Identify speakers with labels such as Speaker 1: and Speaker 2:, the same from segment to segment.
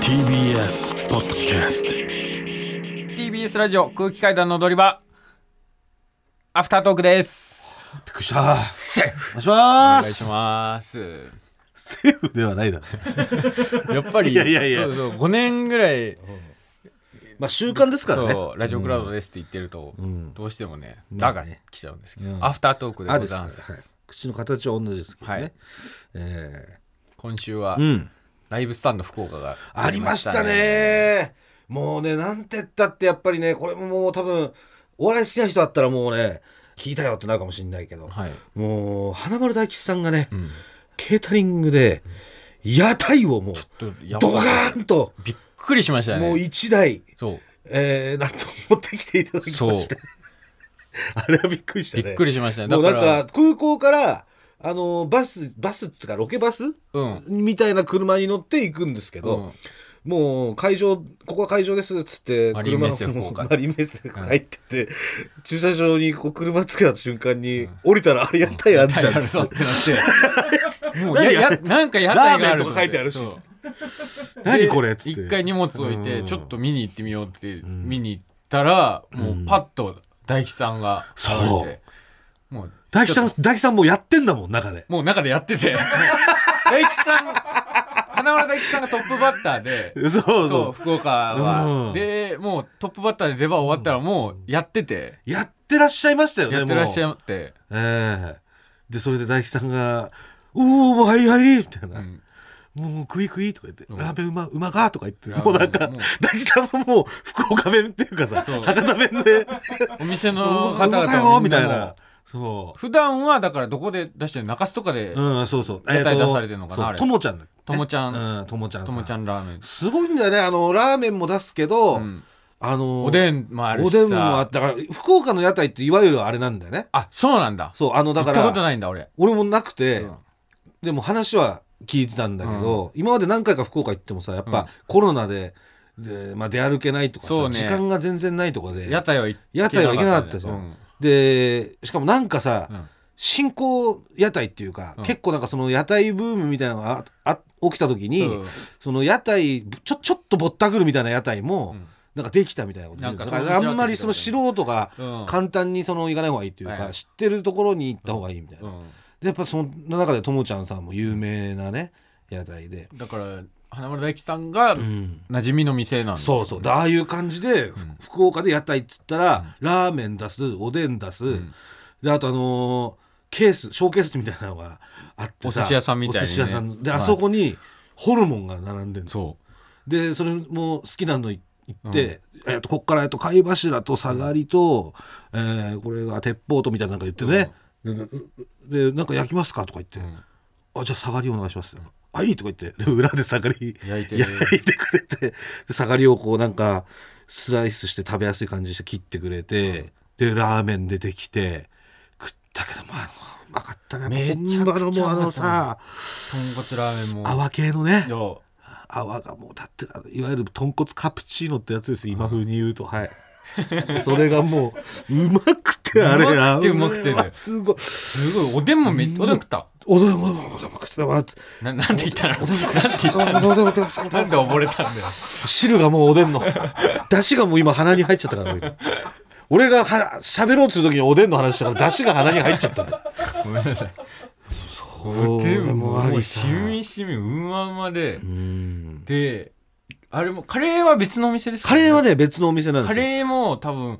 Speaker 1: TBS ポッドキャスト
Speaker 2: TBS ラジオ空気階段の踊り場アフタートークです
Speaker 1: びっくりしたお願
Speaker 2: セーフ
Speaker 1: いしま
Speaker 3: お願いします。
Speaker 1: すセーフではないだろ
Speaker 3: やっぱり、
Speaker 1: いやいやいや
Speaker 3: そうそう、5年ぐらい、
Speaker 1: まあ習慣ですからね
Speaker 3: そう、ラジオクラウドですって言ってると、どうしてもね、ラが来ちゃうんですけど、
Speaker 1: うん
Speaker 3: アフタートークで
Speaker 1: あ
Speaker 3: ご
Speaker 1: です
Speaker 3: ざい
Speaker 1: か
Speaker 3: ます。
Speaker 1: はい口の形は同じですけどね、
Speaker 3: はい
Speaker 1: え
Speaker 3: 今週は、
Speaker 1: ーうん
Speaker 3: ライブスタンド福岡が
Speaker 1: ありました。ねもうねなんて言ったってやっぱりねこれももう多分お笑い好きな人だったらもうね聞いたよってなるかもしれないけど、
Speaker 3: はい。
Speaker 1: もう花丸大吉さんがね、
Speaker 3: ん
Speaker 1: ケータリングで屋台をもう
Speaker 3: ちょっとやば
Speaker 1: ド
Speaker 3: か
Speaker 1: カ
Speaker 3: った
Speaker 1: ーンと
Speaker 3: びっくりしましたね。
Speaker 1: もう一台、
Speaker 3: そ
Speaker 1: えー、なんと持ってきていただ
Speaker 3: う、
Speaker 1: き
Speaker 3: そう
Speaker 1: まし、たあれはびっくりしたね
Speaker 3: びっくりしましたね。
Speaker 1: も
Speaker 3: だ
Speaker 1: うな
Speaker 3: か
Speaker 1: ん
Speaker 3: ら、
Speaker 1: か空港からあのバスバスっつうかロケバス
Speaker 3: うん。
Speaker 1: みたいな車に乗って行くんですけど、
Speaker 3: うん
Speaker 1: もう会場ここは会場ですっつって
Speaker 3: マリンメッセ
Speaker 1: 車の
Speaker 3: 福岡
Speaker 1: マリンメッセが入ってて、駐車場にこう車つけた瞬間に、降りたらあれ屋台あんじゃんっつ
Speaker 3: そ
Speaker 1: っ
Speaker 3: う
Speaker 1: て
Speaker 3: ってなっ て。もうや
Speaker 1: 何や
Speaker 3: やなんか屋
Speaker 1: ラー
Speaker 3: 台
Speaker 1: メ
Speaker 3: があ
Speaker 1: ン
Speaker 3: る
Speaker 1: とか書いてあるし
Speaker 3: そう
Speaker 1: 何
Speaker 3: で
Speaker 1: これっつって
Speaker 3: 一回荷物置いうて
Speaker 1: ん
Speaker 3: ちょっと見に行ってみようって見に行ったらもうパッと大吉さんが現れてもう
Speaker 1: 大吉さん大吉さんもうやってんだもん中で
Speaker 3: もう中でやって て大吉さん花村大吉さんがトップバッターで
Speaker 1: そうそう
Speaker 3: そう福岡
Speaker 1: うん
Speaker 3: はでもうトップバッターで出番終わったらもうやってて
Speaker 1: やってらっしゃいましたよね
Speaker 3: やってらっしゃ
Speaker 1: もう
Speaker 3: って
Speaker 1: ええでそれで大吉さんが「おおもう入り入り」みたいな、
Speaker 3: うん
Speaker 1: もう食い食いとか言って、
Speaker 3: ん
Speaker 1: ラーメンうまうまかとか言って、
Speaker 3: ラーメン
Speaker 1: もうなんか
Speaker 3: もう、
Speaker 1: 大吉さんももう福岡弁っていうかさ、
Speaker 3: そう
Speaker 1: 博多弁で、
Speaker 3: お店
Speaker 1: う
Speaker 3: の
Speaker 1: まか
Speaker 3: 方々
Speaker 1: よ
Speaker 3: も
Speaker 1: み
Speaker 3: みん
Speaker 1: たい
Speaker 3: なも
Speaker 1: な。そ
Speaker 3: 普段はだからどこで出してる中洲とかで
Speaker 1: う。うん、そうそう。
Speaker 3: 屋台
Speaker 1: えーと
Speaker 3: 出されてんのかな
Speaker 1: そう
Speaker 3: あれ
Speaker 1: ともちゃんだっけ。
Speaker 3: ともちゃん
Speaker 1: うん、ともちゃんさ
Speaker 3: と
Speaker 1: ん。
Speaker 3: もちゃんラーメン
Speaker 1: すごいんだよね。あの、ラーメンも出すけど、
Speaker 3: うん
Speaker 1: あの、
Speaker 3: おでんもあるし
Speaker 1: お
Speaker 3: さ
Speaker 1: でんもあったから、福岡の屋台っていわゆるあれなんだよね。
Speaker 3: あそうなんだ
Speaker 1: そう、あの、だか
Speaker 3: 行ったこと
Speaker 1: ら、
Speaker 3: ないんだ俺
Speaker 1: 俺もなくて、
Speaker 3: うん
Speaker 1: でも話は聞いてたんだけど、今まで何回か福岡行ってもさやっぱコロナで,、でまあ、出歩けないとかさ、
Speaker 3: そうね
Speaker 1: 時間が全然ないとかで
Speaker 3: 屋台は行
Speaker 1: 屋台は行けなかった
Speaker 3: じ
Speaker 1: じゃ
Speaker 3: ゃ
Speaker 1: ん、
Speaker 3: ん
Speaker 1: でしかもなんかさ、
Speaker 3: うん
Speaker 1: 新興屋台っていうか、
Speaker 3: うん
Speaker 1: 結構なんかその屋台ブームみたいなのがああ起きた時に、
Speaker 3: うん
Speaker 1: その屋台ちょちょっとぼったくるみたいな屋台も、
Speaker 3: うん
Speaker 1: なんかできたみたいなこと言う
Speaker 3: なん
Speaker 1: だ
Speaker 3: か
Speaker 1: か
Speaker 3: そう
Speaker 1: らあんまりその素人が
Speaker 3: うん
Speaker 1: 簡単にその行かない方がいいっていうか、
Speaker 3: はい
Speaker 1: 知ってるところに行った方がいいみたいな、
Speaker 3: うん
Speaker 1: でやっぱその中でともちゃんさんも有名なね屋台で、
Speaker 3: だから花丸大吉さんが馴染みの店なんですよ
Speaker 1: そうそうでああいう感じで、ふ福岡で屋台っつったら、ラーメン出すおでん出す、であとあのーケースショーケースみたいなのがあってさ
Speaker 3: お寿司屋さんみたい
Speaker 1: お
Speaker 3: にね
Speaker 1: 寿司屋さんで
Speaker 3: はい
Speaker 1: あそこにホルモンが並んでる
Speaker 3: そ
Speaker 1: でそれも好きなのい行って、えっとこっから、えっと、貝柱と下がりと、えーこれが鉄砲とみたいなのなんか言ってね、ででなんか焼きますかとか言って、あじゃあ下がりお願いします、あいいとか言ってで裏で下がり
Speaker 3: 焼いて
Speaker 1: くれてで下がりをこうなんかスライスして食べやすい感じにして切ってくれて、でラーメン出てきて食ったけどまあうまかったね
Speaker 3: めちゃくちゃ
Speaker 1: 本場のもうあのさ
Speaker 3: う豚骨ラーメンも
Speaker 1: 泡系のね
Speaker 3: そ
Speaker 1: 泡がもう立ってるあのいわゆる豚骨カプチーノってやつです今風に言うと、はいそれがもううまくてあれ
Speaker 3: うまくて
Speaker 1: あ
Speaker 3: うまくて
Speaker 1: れはすごいう
Speaker 3: すごいおでんもめっちゃおでん食った
Speaker 1: おどれもおどれもおどれも食ってたわって
Speaker 3: ななんて言ったのなんて言った
Speaker 1: おどれもおどれも食ってた
Speaker 3: なんで溺れたんだよ
Speaker 1: 汁がもうおでんの出汁がもう今鼻に入っちゃったから俺俺がは喋ろうとする時におでんの話したから出汁が鼻に入っちゃったんだ
Speaker 3: ごめんなさい
Speaker 1: お
Speaker 3: でも
Speaker 1: も
Speaker 3: も
Speaker 1: あ
Speaker 3: う
Speaker 1: り
Speaker 3: し
Speaker 1: さ
Speaker 3: みしみうんまうまで
Speaker 1: うん
Speaker 3: であれもカレーは別のお店ですか
Speaker 1: カ
Speaker 3: ら
Speaker 1: レーはね別のお店なんで
Speaker 3: カ
Speaker 1: すよ
Speaker 3: レーも多分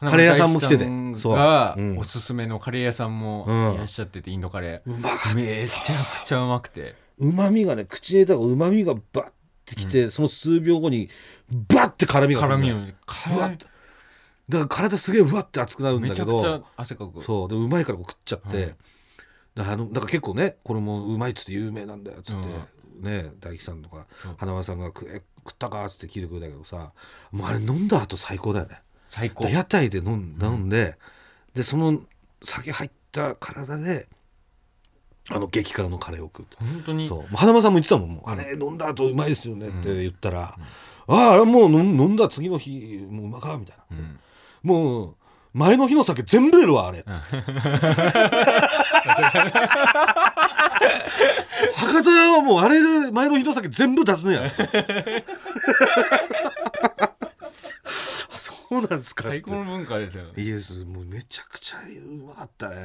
Speaker 1: カレー屋さんも来てて
Speaker 3: 花村大吉さ
Speaker 1: そうん
Speaker 3: が
Speaker 1: うん
Speaker 3: おすすめのカレー屋さん
Speaker 1: う
Speaker 3: も
Speaker 1: ん
Speaker 3: いらっしゃっててインドカレ
Speaker 1: うまか
Speaker 3: ーめちゃくちゃうまくて
Speaker 1: うまみがね口に入れたらうまみがバッてきて、その数秒後にバッて辛みが来る
Speaker 3: 辛
Speaker 1: んだ
Speaker 3: み
Speaker 1: よ
Speaker 3: を
Speaker 1: うわっ
Speaker 3: 辛
Speaker 1: てだから体すげえうわって熱くなる
Speaker 3: い
Speaker 1: んだ
Speaker 3: め
Speaker 1: け
Speaker 3: ちゃ
Speaker 1: ど
Speaker 3: くちゃ汗かく
Speaker 1: そうでうまいからこう食っちゃって、
Speaker 3: はい
Speaker 1: だからあのだから結構ねこれもうまいっつって有名なんだよっつって、
Speaker 3: う
Speaker 1: ね大吉さんとか
Speaker 3: そう
Speaker 1: 花輪さんが食え食ったかっつって聞いてくれたけどさもうあれ飲んだ後最高だよね
Speaker 3: 最高
Speaker 1: だ屋台で飲ん飲んで、でその酒入った体であの激辛のカレーを食うと
Speaker 3: 本当に
Speaker 1: そうもう花間さんも言ってたもんもうあれ飲んだ後うまいですよねって言ったら、あああれもう飲ん飲んだ次の日もううまかみたいな、
Speaker 3: うん
Speaker 1: もう前の日の酒全部出るわあれ 博多屋はもうあれで前の日の酒全部出すねや あそうなんですかっつ
Speaker 3: 最
Speaker 1: って
Speaker 3: 高の文化ですよ
Speaker 1: いいですもうめちゃくちゃうまかったね、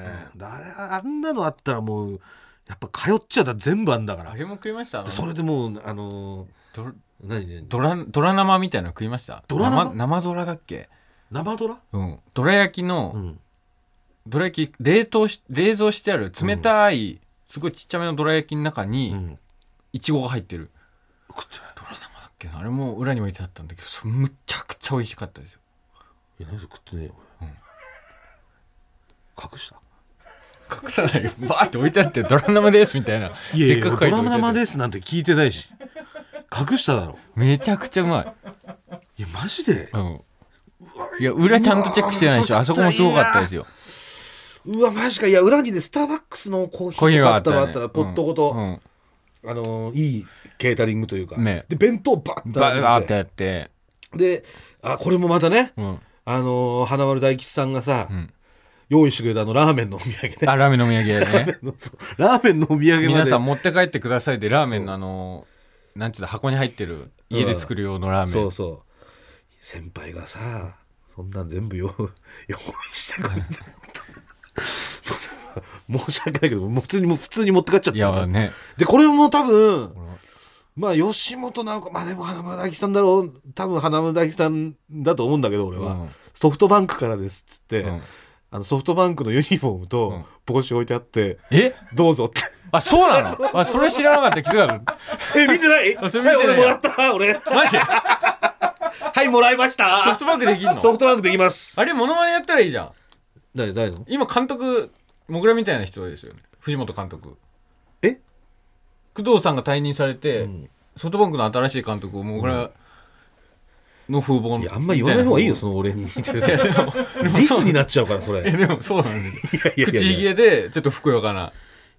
Speaker 1: あれあんなのあったらもうやっぱ通っちゃったら全部あんだから
Speaker 3: あれも食いました
Speaker 1: でそれでもうあのー
Speaker 3: ド
Speaker 1: 何ね
Speaker 3: ドラドラ生みたいなの食いました
Speaker 1: ドラ生
Speaker 3: 生生ドラだっけ
Speaker 1: 生ドラ、
Speaker 3: うんドラ焼きの、
Speaker 1: うん、
Speaker 3: ドラ焼き冷凍し冷蔵してある冷たい、すごいちっちゃめのドラ焼きの中
Speaker 1: う
Speaker 3: に
Speaker 1: ん
Speaker 3: いちごが入ってる、
Speaker 1: 食って
Speaker 3: ドラ生だっけなあれも裏に置いてあったんだけどそれむちゃくちゃ美味しかったですよ
Speaker 1: いや何で食ってねえよ、俺隠した
Speaker 3: 隠 さないよバーって置いてあってドラ生ですみたいない
Speaker 1: やいや
Speaker 3: でっ
Speaker 1: ド
Speaker 3: かく書いて
Speaker 1: ラ
Speaker 3: 置いてあ
Speaker 1: マ
Speaker 3: って
Speaker 1: 生ですなんて聞いてないし隠しただろ
Speaker 3: めちゃくちゃうまい
Speaker 1: いやマジで
Speaker 3: うんいや裏ちゃんとチェックしてないでしょあそこもすごかったですよ
Speaker 1: うわマジかいや裏にねスターバックスのコーヒ
Speaker 3: コーヒ
Speaker 1: ー
Speaker 3: ー
Speaker 1: とか
Speaker 3: は
Speaker 1: あ
Speaker 3: あ
Speaker 1: っのあ
Speaker 3: ったたよね
Speaker 1: ったらポットごと、
Speaker 3: うん
Speaker 1: あのーいいケータリングというか、
Speaker 3: ね
Speaker 1: で弁当バッ
Speaker 3: バー
Speaker 1: あ
Speaker 3: ってやって
Speaker 1: であこれもまたね、
Speaker 3: うん
Speaker 1: あのー花丸大吉さんがさ、
Speaker 3: ん
Speaker 1: 用意してくれたあのラーメンのお土産ね
Speaker 3: あラーメンのお土産やね
Speaker 1: ラーメンのお土産まで
Speaker 3: 皆さん持って帰ってくださいでラーメンのあのなんちゅうの箱に入ってる家で作る用のラーメン、
Speaker 1: そうそう先輩がさそんなん全部よ 用意してくれて申し訳ないけどもう普通にもう普通に持って帰っちゃっ
Speaker 3: い
Speaker 1: た
Speaker 3: や
Speaker 1: よ
Speaker 3: ね
Speaker 1: でこれも多分まあ吉本なのかまあでも花村大吉さんだろう多分花村大吉さんだと思うんだけど俺は、
Speaker 3: うん
Speaker 1: ソフトバンクからですっつって、
Speaker 3: うん
Speaker 1: あのソフトバンクのユニフォームと帽子置いてあって、
Speaker 3: え
Speaker 1: どうぞって
Speaker 3: あそうなのあそれ知らなかった気づかなかっ
Speaker 1: え見てない
Speaker 3: あそれ見てな
Speaker 1: はい俺
Speaker 3: い
Speaker 1: もらった俺
Speaker 3: たマジ
Speaker 1: はいもらいました
Speaker 3: ソフトバンクできんの
Speaker 1: ソフトバンクできます
Speaker 3: あれモノマネやったらいいじゃん
Speaker 1: 誰誰の
Speaker 3: 今監督もぐらみたいな人ですよね藤本監督
Speaker 1: え
Speaker 3: 工藤さんが退任されて、
Speaker 1: ん
Speaker 3: ソフトバンクの新しい監督をもぐらの風貌
Speaker 1: いやあんま言わない方がいいよその俺に似てるディスになっちゃうからそれ
Speaker 3: えでもそうなんですよ
Speaker 1: いやいや
Speaker 3: 口ひげでちょっとふくよかな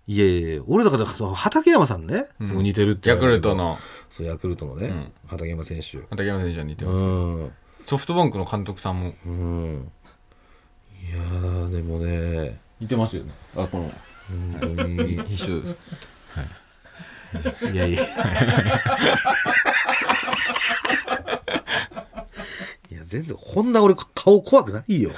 Speaker 3: い
Speaker 1: やいや俺だからその畠山さんね、すごい似てるって
Speaker 3: ヤクル
Speaker 1: 言
Speaker 3: ト
Speaker 1: われる
Speaker 3: の
Speaker 1: けどそうヤクルトのね、
Speaker 3: ん
Speaker 1: 畠山選手
Speaker 3: 畠山選手は似て
Speaker 1: う
Speaker 3: ます、
Speaker 1: ん
Speaker 3: ソフトバンクの監督さんも
Speaker 1: うんいやーでもね
Speaker 3: 似てますよねあこの
Speaker 1: 本当に
Speaker 3: 一緒です
Speaker 1: いやいや。いや、全然、こんな俺、顔怖くないよ。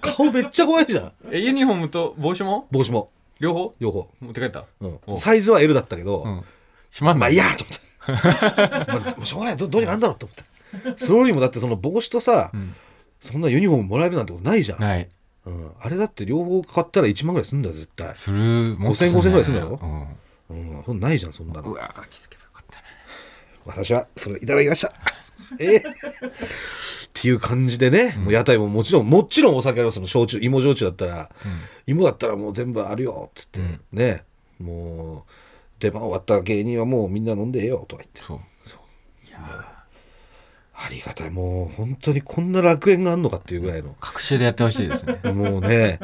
Speaker 1: 顔めっちゃ怖いじゃん。
Speaker 3: えユニフォームと帽子も
Speaker 1: 帽子も、
Speaker 3: 両方
Speaker 1: 両方。
Speaker 3: 持って帰った
Speaker 1: う
Speaker 3: お
Speaker 1: ん、サイズは L だったけど、
Speaker 3: うんしまん
Speaker 1: ま
Speaker 3: な
Speaker 1: あ、
Speaker 3: い
Speaker 1: いいやと思って。 まあ、しょうがない、どどうにかなんだろうと思って。それよりも、だってその帽子とさ、
Speaker 3: ん
Speaker 1: そんなユニフォームもらえるなんてことないじゃん。
Speaker 3: ない
Speaker 1: うん、あれだって両方買ったら1万ぐらいすんだよ、絶対。
Speaker 3: するもっと
Speaker 1: 5000 5000ぐらいするんだろ
Speaker 3: うん
Speaker 1: うん、そんなないじゃん、そんなの
Speaker 3: う。わ気づけばよかったね
Speaker 1: 私はそれいただきました。ええっていう感じでね、もう屋台ももちろん、もちろんお酒はその焼酎、芋焼酎だったら、芋だったらもう全部あるよ、っつって、ね、もう、出番終わった芸人はもうみんな飲んでええよ、とか言って。
Speaker 3: そう
Speaker 1: ありがたい。もう本当にこんな楽園があんのかっていうぐらいの。
Speaker 3: 隔週でやってほしいですね
Speaker 1: もうね、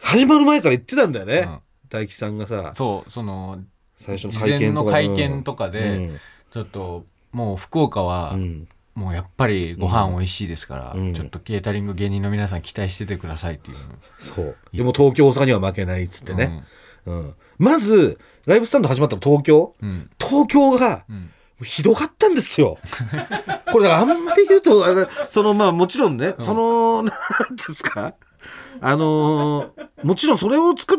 Speaker 1: 始まる前から言ってたんだよね。
Speaker 3: うん
Speaker 1: 大吉さんがさ、
Speaker 3: そうその
Speaker 1: 最初の
Speaker 3: 事
Speaker 1: 会
Speaker 3: 前
Speaker 1: 見
Speaker 3: の
Speaker 1: とか
Speaker 3: 会見とかで、
Speaker 1: うん
Speaker 3: ちょっともう福岡は、
Speaker 1: うん
Speaker 3: もうやっぱりご飯美味しいですから、
Speaker 1: うん
Speaker 3: ちょっとケータリング芸人の皆さん期待しててくださいっていうっ
Speaker 1: そう。でも東京、大阪には負けないっつってね。
Speaker 3: うん
Speaker 1: うん、まずライブスタンド始まったの東京
Speaker 3: うん
Speaker 1: 東京が
Speaker 3: うん
Speaker 1: ひどかったんです よ。これだからあんまり言うとあれそのまあもちろんね、そのなんですかあのーもちろんそれを作っ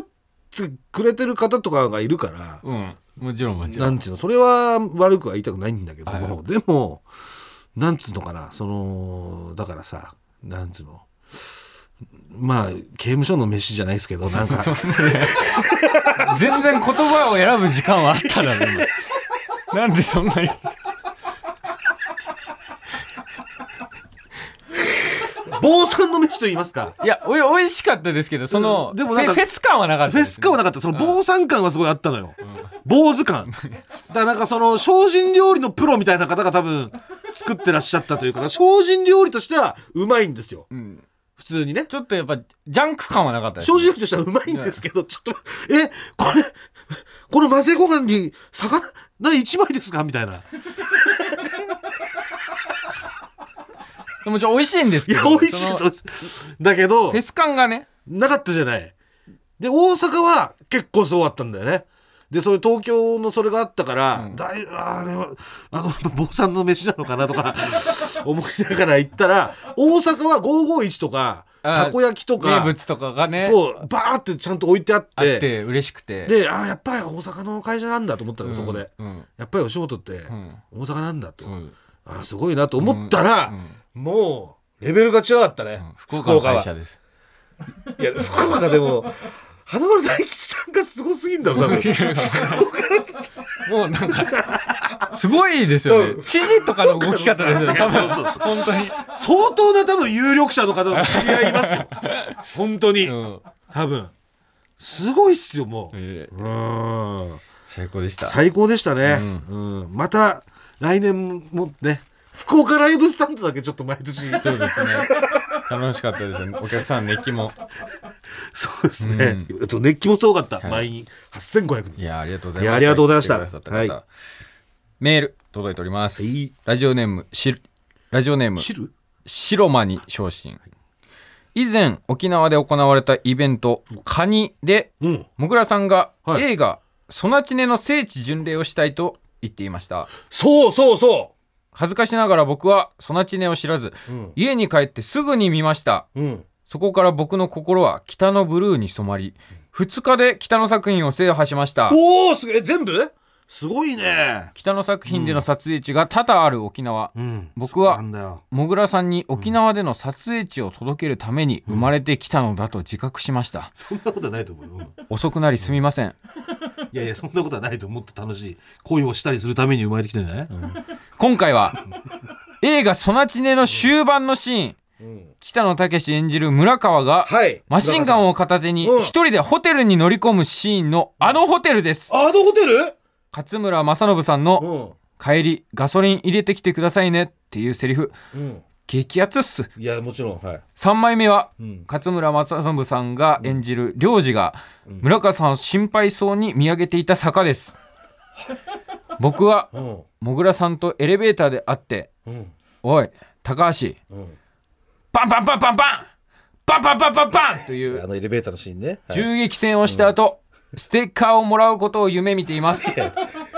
Speaker 1: てくれてる方とかがいるから、
Speaker 3: うん、もちろんもちろ
Speaker 1: なんんていうのそれは悪くは言いたくないんだけど
Speaker 3: はい
Speaker 1: も、
Speaker 3: は
Speaker 1: でもなんつうのかなそのだからさなんつうのまあ刑務所の飯じゃないですけ どなんか。
Speaker 3: 全然言葉を選ぶ時間はあっただろ今なんでそんなに
Speaker 1: 坊さんの飯と言います か。
Speaker 3: いやおい美味しかったですけどその、
Speaker 1: うんでもなんか
Speaker 3: フェフェス感はなかった
Speaker 1: フェス感はな
Speaker 3: かっ
Speaker 1: かった。その坊さん感はすごいあったのよ。坊主 感。だからなんかその精進料理のプロみたいな方が多分作ってらっしゃったというか、精進料理としてはうまいんですよ。
Speaker 3: た、うん、
Speaker 1: 普通にね。
Speaker 3: ちょっとやっぱジャンク感はなかったです
Speaker 1: 精進料理としてはうまいんですけど、ちょっと、え、これ、この混ぜご飯に魚、な、一枚ですかみたいな。
Speaker 3: でもちょ美味しいんです
Speaker 1: い
Speaker 3: け
Speaker 1: や
Speaker 3: ど
Speaker 1: 美味しい
Speaker 3: その
Speaker 1: そうだけど
Speaker 3: フェス感がね
Speaker 1: なかったじゃないで大阪は結構そうだったんだよねでそれ東京のそれがあったから、だいあーでもあの坊さんの飯なのかなとか 思いながら行ったら大阪は551とか
Speaker 3: あー
Speaker 1: たこ焼きとか
Speaker 3: 名物とかがね
Speaker 1: そうバーってちゃんと置いてあって
Speaker 3: あって嬉しくて
Speaker 1: であーやっぱり大阪の会社なんだと思ったの、
Speaker 3: うん
Speaker 1: そこで
Speaker 3: うん
Speaker 1: やっぱりお仕事って
Speaker 3: ん
Speaker 1: 大阪なんだと、
Speaker 3: うん
Speaker 1: あーすごいなと思ったら、もうレベルが違かったね、
Speaker 3: 福岡の会社
Speaker 1: 福
Speaker 3: です
Speaker 1: 岡はいや福岡でも花丸大吉さんがすごすぎんだろ多分
Speaker 3: もうなんかすごいですよね
Speaker 1: 多分
Speaker 3: 指示とかの動き方ですよね多分
Speaker 1: そうそう
Speaker 3: 本
Speaker 1: 相当な多分有力者の方の知り合いいます よ本当に、
Speaker 3: 当に、うん
Speaker 1: 多分すごいっすよもう、
Speaker 3: えー
Speaker 1: うーん
Speaker 3: 最高でした
Speaker 1: 最高でしたね、うんまた来年もね福岡ライブスタンドだけちょっと毎年
Speaker 3: そうですね楽しかったですねお客さん熱気も
Speaker 1: そうですね、えっと熱気もすごかった、毎日8500
Speaker 3: い
Speaker 1: 人
Speaker 3: やありがとうご
Speaker 1: い
Speaker 3: ざいました
Speaker 1: やありがとうございました
Speaker 3: 来てくださった方
Speaker 1: は
Speaker 3: メール届いております、
Speaker 1: はい
Speaker 3: ラジオネームしラジオネーム
Speaker 1: 知る
Speaker 3: 白間に昇進以前沖縄で行われたイベント「カニ」で
Speaker 1: うん
Speaker 3: もぐらさんが
Speaker 1: はい
Speaker 3: 映画「ソナチネ」の聖地巡礼をしたいと言っていました
Speaker 1: そうそうそ
Speaker 3: 恥ずかしながら僕はソナチネを知らず、
Speaker 1: ん
Speaker 3: 家に帰ってすぐに見ました
Speaker 1: ううん
Speaker 3: そこから僕の心は北のブルーに染まり2日で北の作品を制覇しました
Speaker 1: おおすげえ全部すごいね
Speaker 3: 北の作品での撮影地が多々ある沖縄、
Speaker 1: うん
Speaker 3: 僕は
Speaker 1: なんだよ
Speaker 3: もぐらさんに沖縄での撮影地を届けるために生まれてきたのだと自覚しました、
Speaker 1: そんなことはないと思うよ、うん
Speaker 3: 遅くなりすみません
Speaker 1: いやいやそんなことはないともっと楽しい恋をしたりするために生まれてきてんじゃない、
Speaker 3: 今回は映画「ソナチネ」の終盤のシーン北野武演じる村川が
Speaker 1: はい
Speaker 3: マシンガンを片手に
Speaker 1: うん
Speaker 3: 一人でホテルに乗り込むシーンのあのホテルです
Speaker 1: あのホテル
Speaker 3: 勝村政信さんの
Speaker 1: ん
Speaker 3: 「帰りガソリン入れてきてくださいね」っていうセリフ
Speaker 1: うん
Speaker 3: 激アツっす
Speaker 1: いやもちろんはい
Speaker 3: 3枚目は
Speaker 1: うん
Speaker 3: 勝村政信さんが演じる領事が村川さんを心配そうに見上げていた坂です僕は
Speaker 1: うん
Speaker 3: もぐらさんとエレベーターで会って
Speaker 1: うん
Speaker 3: 「おい高橋
Speaker 1: うん
Speaker 3: パンパンパンパンパンパンパンパンパンパン!」という
Speaker 1: あのエレベーターのシーンね、はい
Speaker 3: 銃撃戦をした後ステッカーをもらうことを夢見ています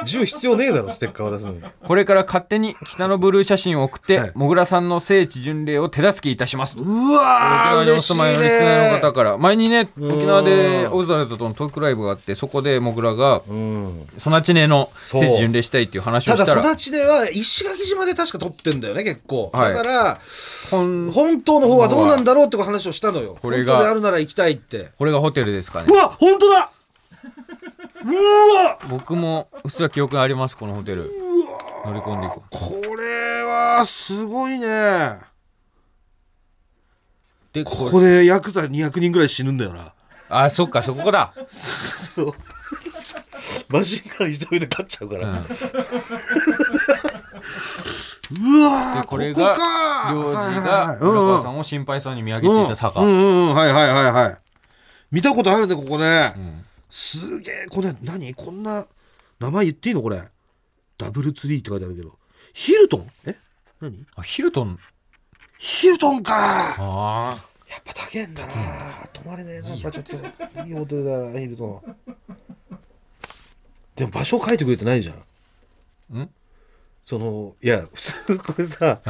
Speaker 1: 銃必要ねえだろステッカーを出すのに
Speaker 3: これから勝手に北のブルー写真を送っ
Speaker 1: はい
Speaker 3: てもぐらさんの聖地巡礼を手助けいたします
Speaker 1: うわー
Speaker 3: 沖縄にお
Speaker 1: 嬉しい
Speaker 3: 住まいのリスナーの方
Speaker 1: ね
Speaker 3: から前にね
Speaker 1: ん
Speaker 3: 沖縄でオズワルドとのトークライブがあってそこでもぐらが
Speaker 1: うん、
Speaker 3: ソナチネの聖
Speaker 1: そう
Speaker 3: 地巡礼したいっていう話を
Speaker 1: た
Speaker 3: した
Speaker 1: だ
Speaker 3: ら
Speaker 1: 育ちでは石垣島で確か撮ってんだよね結構、
Speaker 3: はい
Speaker 1: だから
Speaker 3: こん
Speaker 1: 本当の方はどうなんだろうって話をしたのよ
Speaker 3: これが
Speaker 1: 本当であるなら行きたいって
Speaker 3: これがホテルですか
Speaker 1: う
Speaker 3: ね
Speaker 1: わ本当だうわ
Speaker 3: 僕もうっすら記憶がありますこのホテル乗り込んでいこう
Speaker 1: これはすごいね
Speaker 3: で
Speaker 1: こ
Speaker 3: こ
Speaker 1: こでヤクザ200人ぐらい死ぬんだよな
Speaker 3: あそっかそこだ
Speaker 1: マジンガン一人で勝っちゃうから、う
Speaker 3: うん
Speaker 1: わー
Speaker 3: でこれ
Speaker 1: こ
Speaker 3: が
Speaker 1: こか
Speaker 3: 領事
Speaker 1: は
Speaker 3: が
Speaker 1: い
Speaker 3: 村
Speaker 1: はいは
Speaker 3: 川
Speaker 1: い
Speaker 3: さんを心配そうに見上
Speaker 1: う
Speaker 3: げ
Speaker 1: ん
Speaker 3: て
Speaker 1: う
Speaker 3: い
Speaker 1: ん
Speaker 3: た坂、
Speaker 1: うんうんはいはいはいはい見たことあるねここね、すげえこれ何こんな名前言っていいのこれダブルツリーって書いてあるけどヒルトンえ何
Speaker 3: あヒルトン
Speaker 1: ヒルトンか
Speaker 3: ああ
Speaker 1: やっぱ高えんだな泊まれねえなやっぱちょっといいホテルだなヒルトンでも場所書いてくれてないじゃん
Speaker 3: ん
Speaker 1: そのいや普通これさ、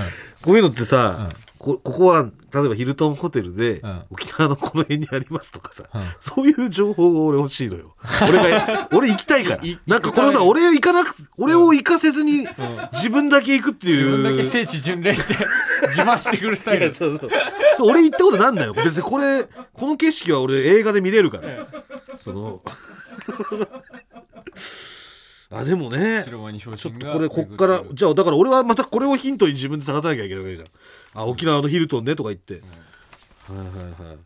Speaker 1: こういうのってさ、こここは例えばヒルトンホテルで、
Speaker 3: ん
Speaker 1: 沖縄のこの辺にありますとかさ、
Speaker 3: ん
Speaker 1: そういう情報を俺欲しいのよ俺 が俺行きたいから
Speaker 3: い
Speaker 1: なんかこのさ俺行かなく俺を行かせずに自分だけ行くっていう、
Speaker 3: 自分だけ聖地巡礼して 自慢してくるスタイ
Speaker 1: い
Speaker 3: ル
Speaker 1: や そうそうそう俺行ったことなんだよ別にこれこの景色は俺映画で見れるからその あでもね
Speaker 3: 白間に昇
Speaker 1: ちょっ
Speaker 3: 進
Speaker 1: と
Speaker 3: が
Speaker 1: これこっからじゃあだから俺はまたこれをヒントに自分で探さなきゃいけないわけじゃんあ沖縄のヒルトンねとか言って、はいはいはい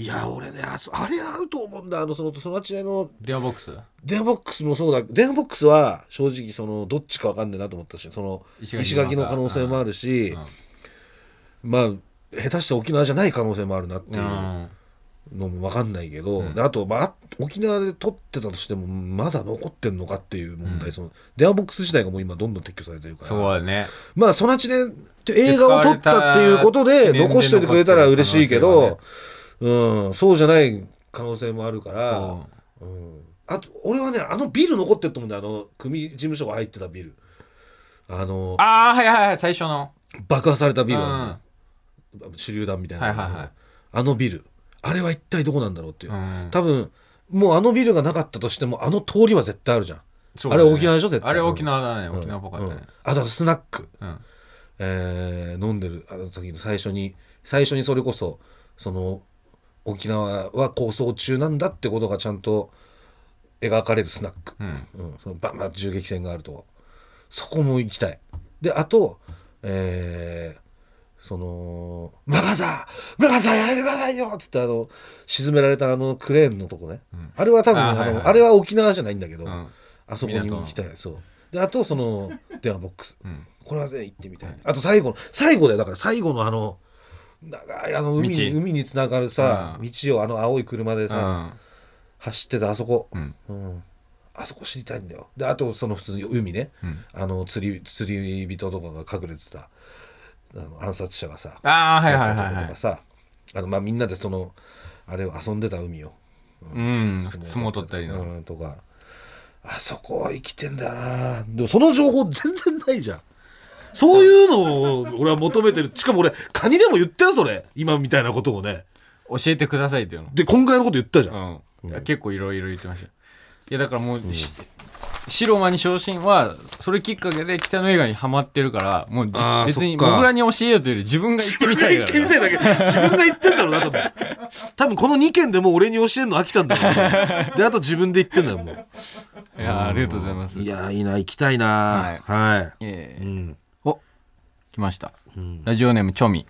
Speaker 1: いや俺ねあそあれあると思うんだあのそのそのちねの
Speaker 3: 電話ボックス
Speaker 1: 電話ボックスもそうだ電話ボックスは正直そのどっちか分かんねえなと思ったしその
Speaker 3: 石垣
Speaker 1: 石垣の可能性もあるし、まあ下手して沖縄じゃない可能性もあるなっていう、
Speaker 3: うん
Speaker 1: のも分かんないけど、であと、まあ、沖縄で撮ってたとしてもまだ残ってんのかっていう問題、その電話ボックス自体がもう今どんどん撤去されてるから
Speaker 4: そうだね
Speaker 1: まあ、そのうちで映画を撮ったっていうことで残しておいてくれたら嬉しいけど、うん、そうじゃない可能性もあるから、うん、あと俺はねあのビル残ってると思うんだよあの組事務所が入ってたビルあの
Speaker 3: ああはいはいはい最初の
Speaker 1: 爆破されたビルあるじゃん手榴弾みたいな、
Speaker 3: はいはいはい
Speaker 1: あのビルあれは一体どこなんだろうっていう、
Speaker 3: ん
Speaker 1: 多分もうあのビルがなかったとしてもあの通りは絶対あるじゃん、
Speaker 3: そう
Speaker 1: あ
Speaker 3: だ
Speaker 1: れ
Speaker 3: ね
Speaker 1: 沖縄でしょ絶対
Speaker 3: あれ沖縄だね
Speaker 1: うん
Speaker 3: 沖縄っぽかった
Speaker 1: うん
Speaker 3: ね
Speaker 1: あとスナック、
Speaker 3: うん
Speaker 1: えー飲んでるあの時の最初に最初にそれこそその沖縄は構想中なんだってことがちゃんと描かれるスナック、
Speaker 3: うん
Speaker 1: うん、そのバンバン銃撃戦があるとそこも行きたいであとえーその「村川さん村川さんやめてくださいよ!」っつってあの沈められたあのクレーンのとこね、あれは多分あ
Speaker 3: あー
Speaker 1: の、
Speaker 3: はいはい
Speaker 1: あれは沖縄じゃないんだけど、
Speaker 3: うん
Speaker 1: あそこに行きたいそうであとそ の電話ボックス、
Speaker 3: ん
Speaker 1: これはね行ってみたい、あと最後の最後だよだから最後のあの長いあの海に
Speaker 3: 道
Speaker 1: 海につながるさ、
Speaker 3: うん
Speaker 1: 道をあの青い車で
Speaker 3: う
Speaker 1: さ、
Speaker 3: ん
Speaker 1: 走ってたあそこ、
Speaker 3: うん
Speaker 1: うんあそこ知りたいんだよであとその普通に海ね、
Speaker 3: うん
Speaker 1: あの釣り釣り人とかが隠れてたあの暗殺者がさ
Speaker 3: ああはいは
Speaker 1: 暗
Speaker 3: い
Speaker 1: 殺
Speaker 3: はい
Speaker 1: 者
Speaker 3: は
Speaker 1: とか
Speaker 3: い
Speaker 1: さ、あのまあ、みんなでそのあれを遊んでた海を
Speaker 3: うん相撲取ったりの
Speaker 1: うんとかあそこは生きてんだよなでもその情報全然ないじゃんそういうのを俺は求めてるしかも俺カニでも言ったよそれ今みたいなことをね
Speaker 3: 教えてくださいっていうの
Speaker 1: でこんぐらいのこと言ったじゃん、
Speaker 3: うんいや、結構いろいろ言ってましたよいやだからもう、し白間に昇進はそれきっかけで北の映画にハマってるからもうじ
Speaker 1: あー
Speaker 3: 別に
Speaker 1: そっか
Speaker 3: 僕らに教えようというより自分が行ってみたい
Speaker 1: 行
Speaker 3: か
Speaker 1: って
Speaker 3: ら
Speaker 1: みたいだけ自分が言ってんだろうな多分多分この2件でもう俺に教えるの飽きたんだろうなであと自分で言ってんだよも
Speaker 3: いやありがとうございます
Speaker 1: ういやーいいな行きたいなはい、
Speaker 3: え
Speaker 1: う
Speaker 3: ー
Speaker 1: ん、
Speaker 3: お来ました、ラジオネームチョミ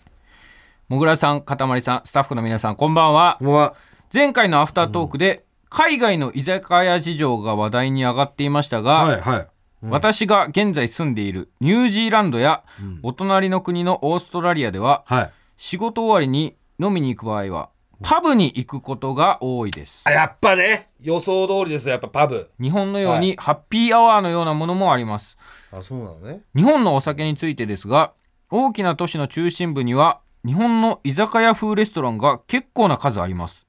Speaker 3: もぐらさんかたまりさんスタッフの皆さんこんばんは
Speaker 1: こんばんは
Speaker 3: 前回のアフタートークで、海外の居酒屋事情が話題に上がっていましたが、
Speaker 1: はいはい
Speaker 3: 私が現在住んでいるニュージーランドや、お隣の国のオーストラリアでは
Speaker 1: はい
Speaker 3: 仕事終わりに飲みに行く場合はパブに行くことが多いです
Speaker 1: あやっぱね予想通りですよやっぱパブ
Speaker 3: 日本のようにハッピーアワーのようなものもあります
Speaker 1: あそうなのね
Speaker 3: 日本のお酒についてですが大きな都市の中心部には日本の居酒屋風レストランが結構な数あります、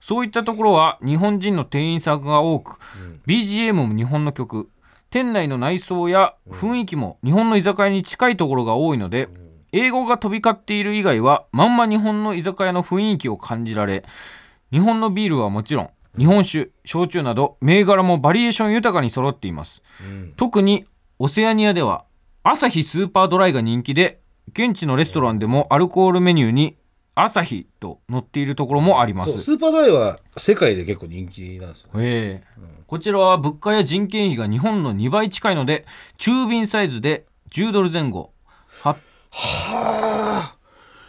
Speaker 3: そういったところは日本人の店員さんが多く、BGM も日本の曲店内の内装や雰囲気も日本の居酒屋に近いところが多いので、英語が飛び交っている以外はまんま日本の居酒屋の雰囲気を感じられ日本のビールはもちろん日本酒焼酎など銘柄もバリエーション豊かに揃っています、特にオセアニアでは朝日スーパードライが人気で現地のレストランでもアルコールメニューに「朝日」と載っているところもありま
Speaker 1: そう
Speaker 3: す
Speaker 1: スーパーダイは世界で結構人気なんですよ
Speaker 3: ええこちらは物価や人件費が日本の2倍近いので中便サイズで10ドル前後は
Speaker 1: はあ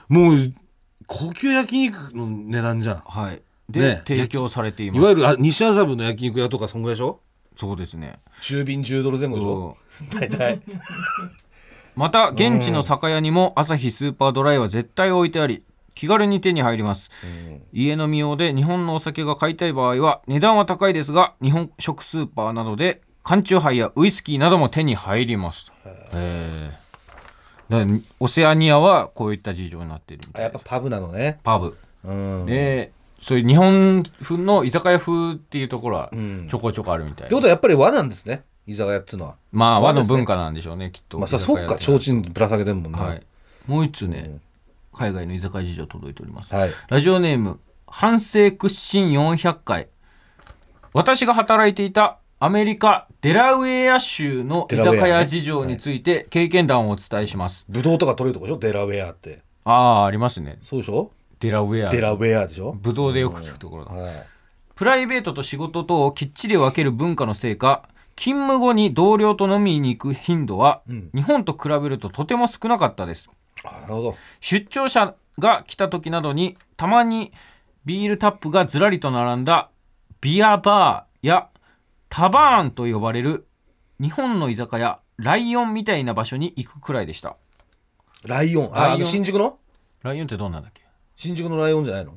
Speaker 1: もう高級焼肉の値段じゃん
Speaker 3: はいで、
Speaker 1: ねえ
Speaker 3: 提供されてい
Speaker 1: い
Speaker 3: ま
Speaker 1: わ
Speaker 3: す
Speaker 1: ゆるあ西麻布の焼肉屋とかそんぐらいでしょ
Speaker 3: そうですね
Speaker 1: 中便10ドル前後でし
Speaker 3: う
Speaker 1: ょ
Speaker 3: ん
Speaker 1: 大体
Speaker 3: また現地の酒屋にも朝日スーパードライは絶対置いてあり気軽に手に入ります、家飲み用で日本のお酒が買いたい場合は値段は高いですが日本食スーパーなどで缶チューハイやウイスキーなども手に入りますへえだからオセアニアはこういった事情になっているみ
Speaker 1: あ
Speaker 3: たい
Speaker 1: やっぱパブなのね
Speaker 3: パブ
Speaker 1: うん
Speaker 3: でそういう日本風の居酒屋風っていうところはちょこちょこあるみたい
Speaker 1: ってこ
Speaker 3: な、
Speaker 1: とはやっぱり和なんですね居酒屋っつうのは
Speaker 3: まあ和
Speaker 1: 和で
Speaker 3: の
Speaker 1: すね
Speaker 3: 文化なんでしょうねきっと
Speaker 1: まあさ
Speaker 3: 居酒
Speaker 1: そ
Speaker 3: 屋
Speaker 1: っ
Speaker 3: だ
Speaker 1: か
Speaker 3: ら
Speaker 1: 提灯ぶら下げてんもんね
Speaker 3: はい、もう一つね、海外の居酒屋事情届いております、
Speaker 1: はい
Speaker 3: ラジオネーム反省屈伸400回私が働いていたアメリカデラウェア州の居
Speaker 1: デラウ
Speaker 3: 酒
Speaker 1: ェアね
Speaker 3: 屋事情について経験談をお伝えします、
Speaker 1: ブドウとか取れるとこでしょデラウェアって
Speaker 3: ああありますね
Speaker 1: そうでしょ
Speaker 3: デラウェア
Speaker 1: デラウェアでしょ
Speaker 3: ブドウでよく聞くところだ、
Speaker 1: はい
Speaker 3: プライベートと仕事とをきっちり分ける文化のせいか勤務後に同僚と飲みに行く頻度は日本と比べるととても少なかったです、
Speaker 1: あなるほど
Speaker 3: 出張者が来た時などにたまにビールタップがずらりと並んだビアバーやタバーンと呼ばれる日本の居酒屋ライオンみたいな場所に行くくらいでした
Speaker 1: ライオンああ
Speaker 3: ライオ
Speaker 1: の
Speaker 3: ン
Speaker 1: 新宿の
Speaker 3: ライオンってどんなんだっけ
Speaker 1: 新宿のライオンじゃないの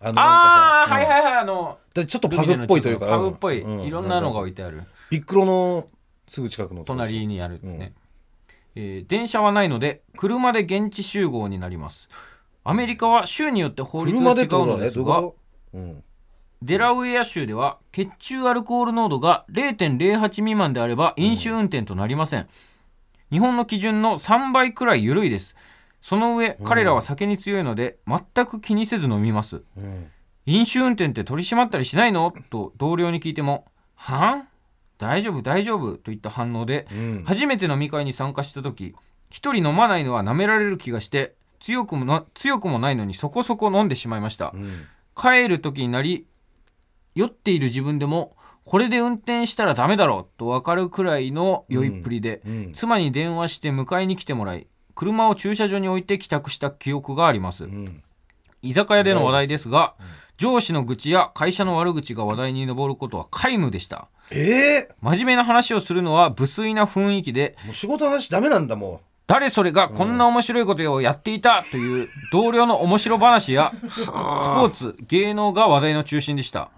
Speaker 1: あの
Speaker 3: ああ、はい
Speaker 1: い
Speaker 3: はいはい、あの、
Speaker 1: ちょっとパブっぽいというか
Speaker 3: パブっぽい、
Speaker 1: うん
Speaker 3: いろんなのが
Speaker 1: か
Speaker 3: 置いてある。
Speaker 1: ピックロのすぐ近くのとこ
Speaker 3: 隣にあるね、えー電車はないので車で現地集合になりますアメリカは州によって法律
Speaker 1: 車
Speaker 3: が
Speaker 1: で
Speaker 3: 違
Speaker 1: ってこと
Speaker 3: うの
Speaker 1: だ
Speaker 3: で
Speaker 1: ね
Speaker 3: す
Speaker 1: どういう
Speaker 3: が
Speaker 1: こと、うん、
Speaker 3: デラウェア州では血中アルコール濃度が0.08未満であれば飲酒運転となりません、日本の基準の3倍くらい緩いですその上彼らは酒に強いので全く気にせず飲みます
Speaker 1: うん
Speaker 3: 飲酒運転って取り締まったりしないのと同僚に聞いても「はん大丈夫大丈夫」といった反応で
Speaker 1: うん
Speaker 3: 初めて飲み会に参加した時一人飲まないのは舐められる気がして強くもな強くもないのにそこそこ飲んでしまいました
Speaker 1: うん
Speaker 3: 帰る時になり酔っている自分でもこれで運転したらダメだろうと分かるくらいの酔いっぷりで、
Speaker 1: うん
Speaker 3: 妻に電話して迎えに来てもらい車を駐車場に置いて帰宅した記憶があります、
Speaker 1: うん
Speaker 3: 居酒屋での話題ですが、上司の愚痴や会社の悪口が話題に上ることは皆無でした
Speaker 1: え
Speaker 3: 真面目な話をするのは無粋な雰囲気で
Speaker 1: ー、もう仕事の話ダメなんだも
Speaker 3: 誰それがこんな面白いことをやっていたという同僚の面白話やスポーツ芸能が話題の中心でした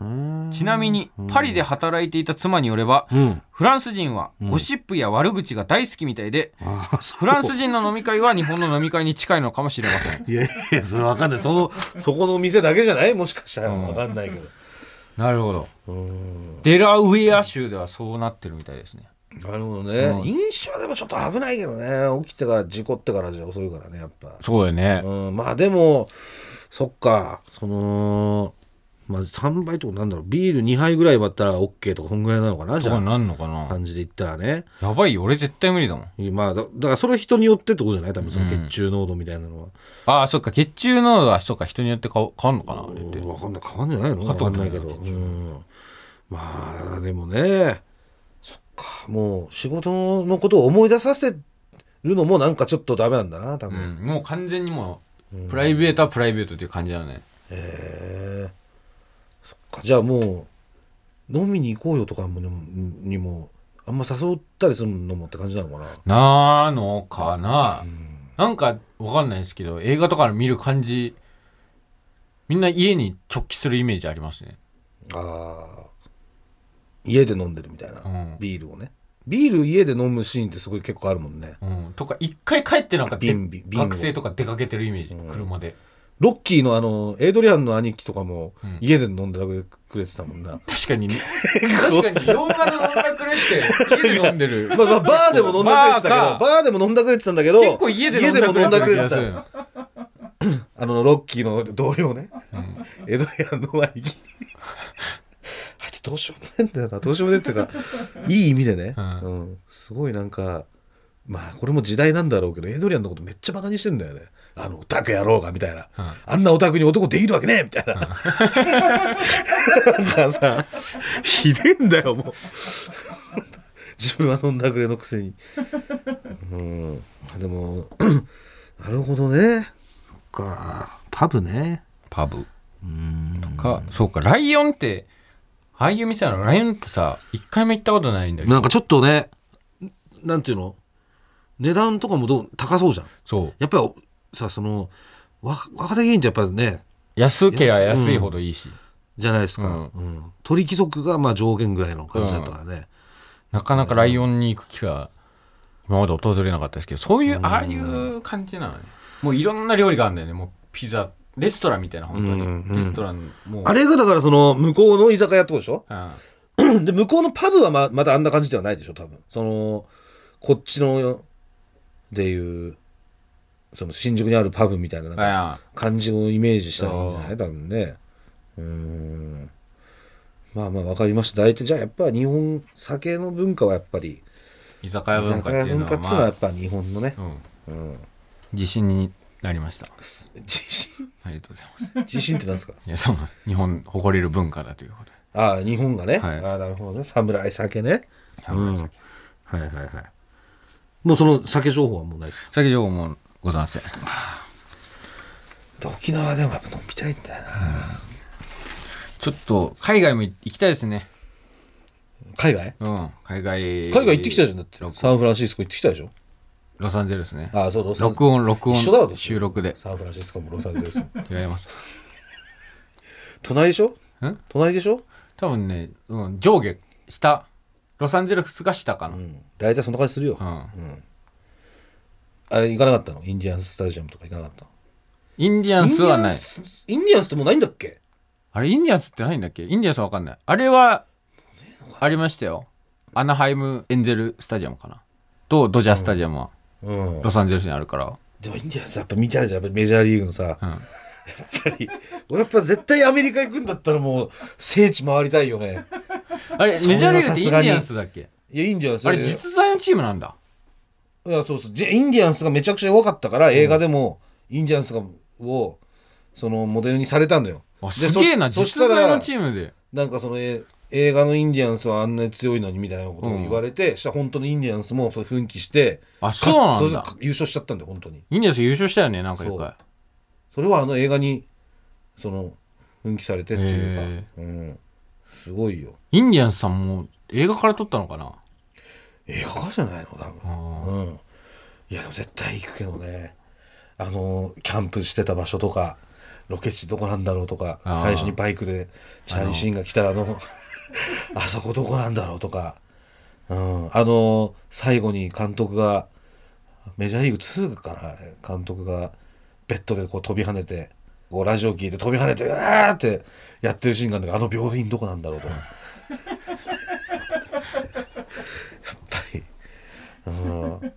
Speaker 3: ちなみにパリで働いていた妻によれば
Speaker 1: う、うん、
Speaker 3: フランス人はゴシップや悪口が大好きみたいでフ
Speaker 1: フ
Speaker 3: ランス人の飲み会は日本の飲み会に近いのかもしれません
Speaker 1: いやいやそれわかんないそのそこの店だけじゃないもしかしたらわかんないけど
Speaker 3: なるほど
Speaker 1: うん
Speaker 3: デラウェア州ではそうなってるみたいですね
Speaker 1: なるほどね、飲酒はでもちょっと危ないけどね起きてから事故ってからじゃ遅いからねやっぱ
Speaker 3: そうだね
Speaker 1: うん、まあでもそっかそのまあ3杯とかなんだろうビール2杯ぐらい割ったら OK とかそんぐらいなのかなじ
Speaker 3: と
Speaker 1: ゃ
Speaker 3: か
Speaker 1: あ
Speaker 3: なんのかな
Speaker 1: 感じで言ったらね
Speaker 3: やばいよ俺絶対無理だもん
Speaker 1: まあだだからそれは人によってってことじゃない多分その血中濃度みたいなのは、
Speaker 3: ああそっか血中濃度はそっか人によって変わ変わんのかなあれって
Speaker 1: 分かんない変わんじゃないの分
Speaker 3: 加藤
Speaker 1: かんない
Speaker 3: みた
Speaker 1: け
Speaker 3: いな
Speaker 1: ど、うん、まあでもねそっかもう仕事のことを思い出させるのもなんかちょっとダメなんだな多分、
Speaker 3: うん、もう完全にもうプライベートはプライベートっていう感じだよね、
Speaker 1: へえそっかじゃあもう飲みに行こうよとかもにもにもあんま誘ったりするのもって感じなのかな
Speaker 3: なのかな、なんかわかんないですけど映画とかの見る感じみんな家に直帰するイメージありますね
Speaker 1: あー家で飲んでるみたいな、
Speaker 3: うん
Speaker 1: ビールをねビール家で飲むシーンってすごい結構あるもんね
Speaker 3: うん、とか一回帰ってなんかで
Speaker 1: 瓶瓶瓶を
Speaker 3: 学生とか出かけてるイメージ、車で
Speaker 1: ロッキーのあのエイドリアンの兄貴とかも家で飲んでくれてたもんな、
Speaker 3: 確か に確かに洋画で飲んだくれって家で飲んでる
Speaker 1: まあまあ、バーでも飲んだくれてたけどバ
Speaker 3: バーか
Speaker 1: ーでも飲んだくれてたんだけど
Speaker 3: 結構家で飲んだくれ
Speaker 1: 家でも飲んだ
Speaker 3: っ
Speaker 1: く
Speaker 3: て
Speaker 1: れ
Speaker 3: 感
Speaker 1: て
Speaker 3: じがす
Speaker 1: た
Speaker 3: る
Speaker 1: あの、ロッキーの同僚ね。エドリアンの前に。あいつどうしようもねえんだよな。どうしようもねえっていうか、いい意味でね。
Speaker 3: うん
Speaker 1: うん。すごいなんか、まあこれも時代なんだろうけど、エドリアンのことめっちゃバカにしてんだよね。あの、オタク野郎が、みたいな。あんなオタクに男できるわけねえみたいな。なんかさ、ひでえんだよ、もう。自分は飲んだくれのくせに。うん。でも、 なるほどね。そっか。パブね。
Speaker 3: パブ
Speaker 1: うん。
Speaker 3: か、そうか、ライオンって、ああいう店なのライオンってさ、一回も行ったことないんだけど、
Speaker 1: なんかちょっとね、なんていうの値段とかもどう高そうじゃん。
Speaker 3: そう。
Speaker 1: やっぱりさ、その、わ若手議員ってやっぱね、
Speaker 3: 安けりゃ安いほどいいし、
Speaker 1: じゃないですか。うん。鳥貴族がまあ上限ぐらいの感じだったからね。
Speaker 3: なかなかライオンに行く機会は、今まで訪れなかったですけど、そういう、ああいう感じなのね。もういろんな料理があるんだよね。もうピザ、レストランみたいな、本当に。
Speaker 1: うんうん
Speaker 3: レストラン、もう。
Speaker 1: あれがだからその向こうの居酒屋ってことでしょ
Speaker 3: うん
Speaker 1: で向こうのパブはままたあんな感じではないでしょ多分そのこっちのでいうその新宿にあるパブみたいななんか
Speaker 3: あ
Speaker 1: 感じをイメージしたらいいんじゃない多分ねうーんまあまあ分かりました大体じゃあやっぱ日本酒の文化はやっぱり
Speaker 3: 居酒屋
Speaker 1: 居
Speaker 3: 文
Speaker 1: 酒
Speaker 3: 化っ
Speaker 1: 屋
Speaker 3: ていう
Speaker 1: 文
Speaker 3: の
Speaker 1: 化
Speaker 3: は、
Speaker 1: っていうのは
Speaker 3: ま
Speaker 1: や
Speaker 3: あ
Speaker 1: っぱ日本のね、
Speaker 3: うん、
Speaker 1: うん、
Speaker 3: 自信になりました。
Speaker 1: 自信
Speaker 3: ありがとうございます。
Speaker 1: 自信ってなんですか
Speaker 3: いや、その、日本誇れる文化だということで。
Speaker 1: ああ日本がね、
Speaker 3: はい
Speaker 1: ああなるほどね侍酒ね
Speaker 3: 侍酒
Speaker 1: うんはいはいはいもうその酒情報はもうないです
Speaker 3: 先情報もございません。
Speaker 1: 沖縄でもやっぱ飲みたいんだよな
Speaker 3: ちょっと、海外も行きたいですね。
Speaker 1: 海外
Speaker 3: うん、海外海
Speaker 1: 海外行ってきたじゃんだって
Speaker 3: 録
Speaker 1: サンフランシスコ行ってきたでしょ
Speaker 3: ロサンゼルスね
Speaker 1: ああそうロサン
Speaker 3: 録音録
Speaker 1: 一緒だわ
Speaker 3: 音収録で
Speaker 1: サンフランシスコもロサンゼルスも
Speaker 3: 違います
Speaker 5: 隣でしょ
Speaker 3: ん
Speaker 5: 隣でしょ、
Speaker 3: 多分ね、うん、上下下ロサンゼルスが下かな、
Speaker 5: う
Speaker 3: うん
Speaker 5: ん、大体そんな感じするよ、あれ行かなかったのインディアンススタジアムとか行かなかったの
Speaker 3: インディアンスはな
Speaker 5: インディア
Speaker 3: い
Speaker 5: ンスインディアンスってもうないんだっけ
Speaker 3: あれインディアンスってないんだっけインディアンスは分かんないあれはありましたよアナハイムエンゼルスタジアムかなとドジャースタジアムは
Speaker 5: うん
Speaker 3: ロサンゼルスにあるから、
Speaker 5: でもインディアンスやっぱ見ちゃうじゃんやっぱメジャーリーグのさ、
Speaker 3: うん
Speaker 5: やっぱり俺やっぱ絶対アメリカ行くんだったらもう聖地回りたいよね
Speaker 3: あれ
Speaker 5: それ
Speaker 3: メ
Speaker 5: は
Speaker 3: ジャーリーグってイ
Speaker 5: さす
Speaker 3: ンディ
Speaker 5: が
Speaker 3: ア
Speaker 5: に
Speaker 3: ンスだっけ
Speaker 5: いやインディアンス
Speaker 3: あれ実在のチームなんだ
Speaker 5: いやそうそうじインディアンスがめちゃくちゃ弱かったから映画でもインディアンスがをそのモデルにされたんだよ
Speaker 3: あ
Speaker 5: です
Speaker 3: げえな
Speaker 5: そ
Speaker 3: 実在の
Speaker 5: そし
Speaker 3: チームで
Speaker 5: たらなんかそのえ映画のインディアンスはあんなに強いのにみたいなことを言われて、したら本当のインディアンスもそう奮起して
Speaker 3: あそうな
Speaker 5: か
Speaker 3: ん
Speaker 5: れ
Speaker 3: だ
Speaker 5: で優勝しちゃったんだよ本当に
Speaker 3: インディアンス優勝したよねなんか一
Speaker 5: そ
Speaker 3: 回
Speaker 5: うそれはあの映画にその奮起されてっていう
Speaker 3: へ
Speaker 5: か、うん、すごいよ
Speaker 3: インディアンスさんも映画から撮ったのかな
Speaker 5: 映画からじゃないの多分、うん、いやでも絶対行くけどねあのキャンプしてた場所とかロケ地どこなんだろうとか
Speaker 3: あー
Speaker 5: 最初にバイクでチャーリー・シーンが来たらあのあそこどこなんだろうとか、うん、あの最後に監督がメジャーリーグ2から監督がベッドでこう飛び跳ねてこうラジオ聞いて飛び跳ねてうわーってやってるシーンがあるんだけどあの病院どこなんだろ うとかやっぱりうん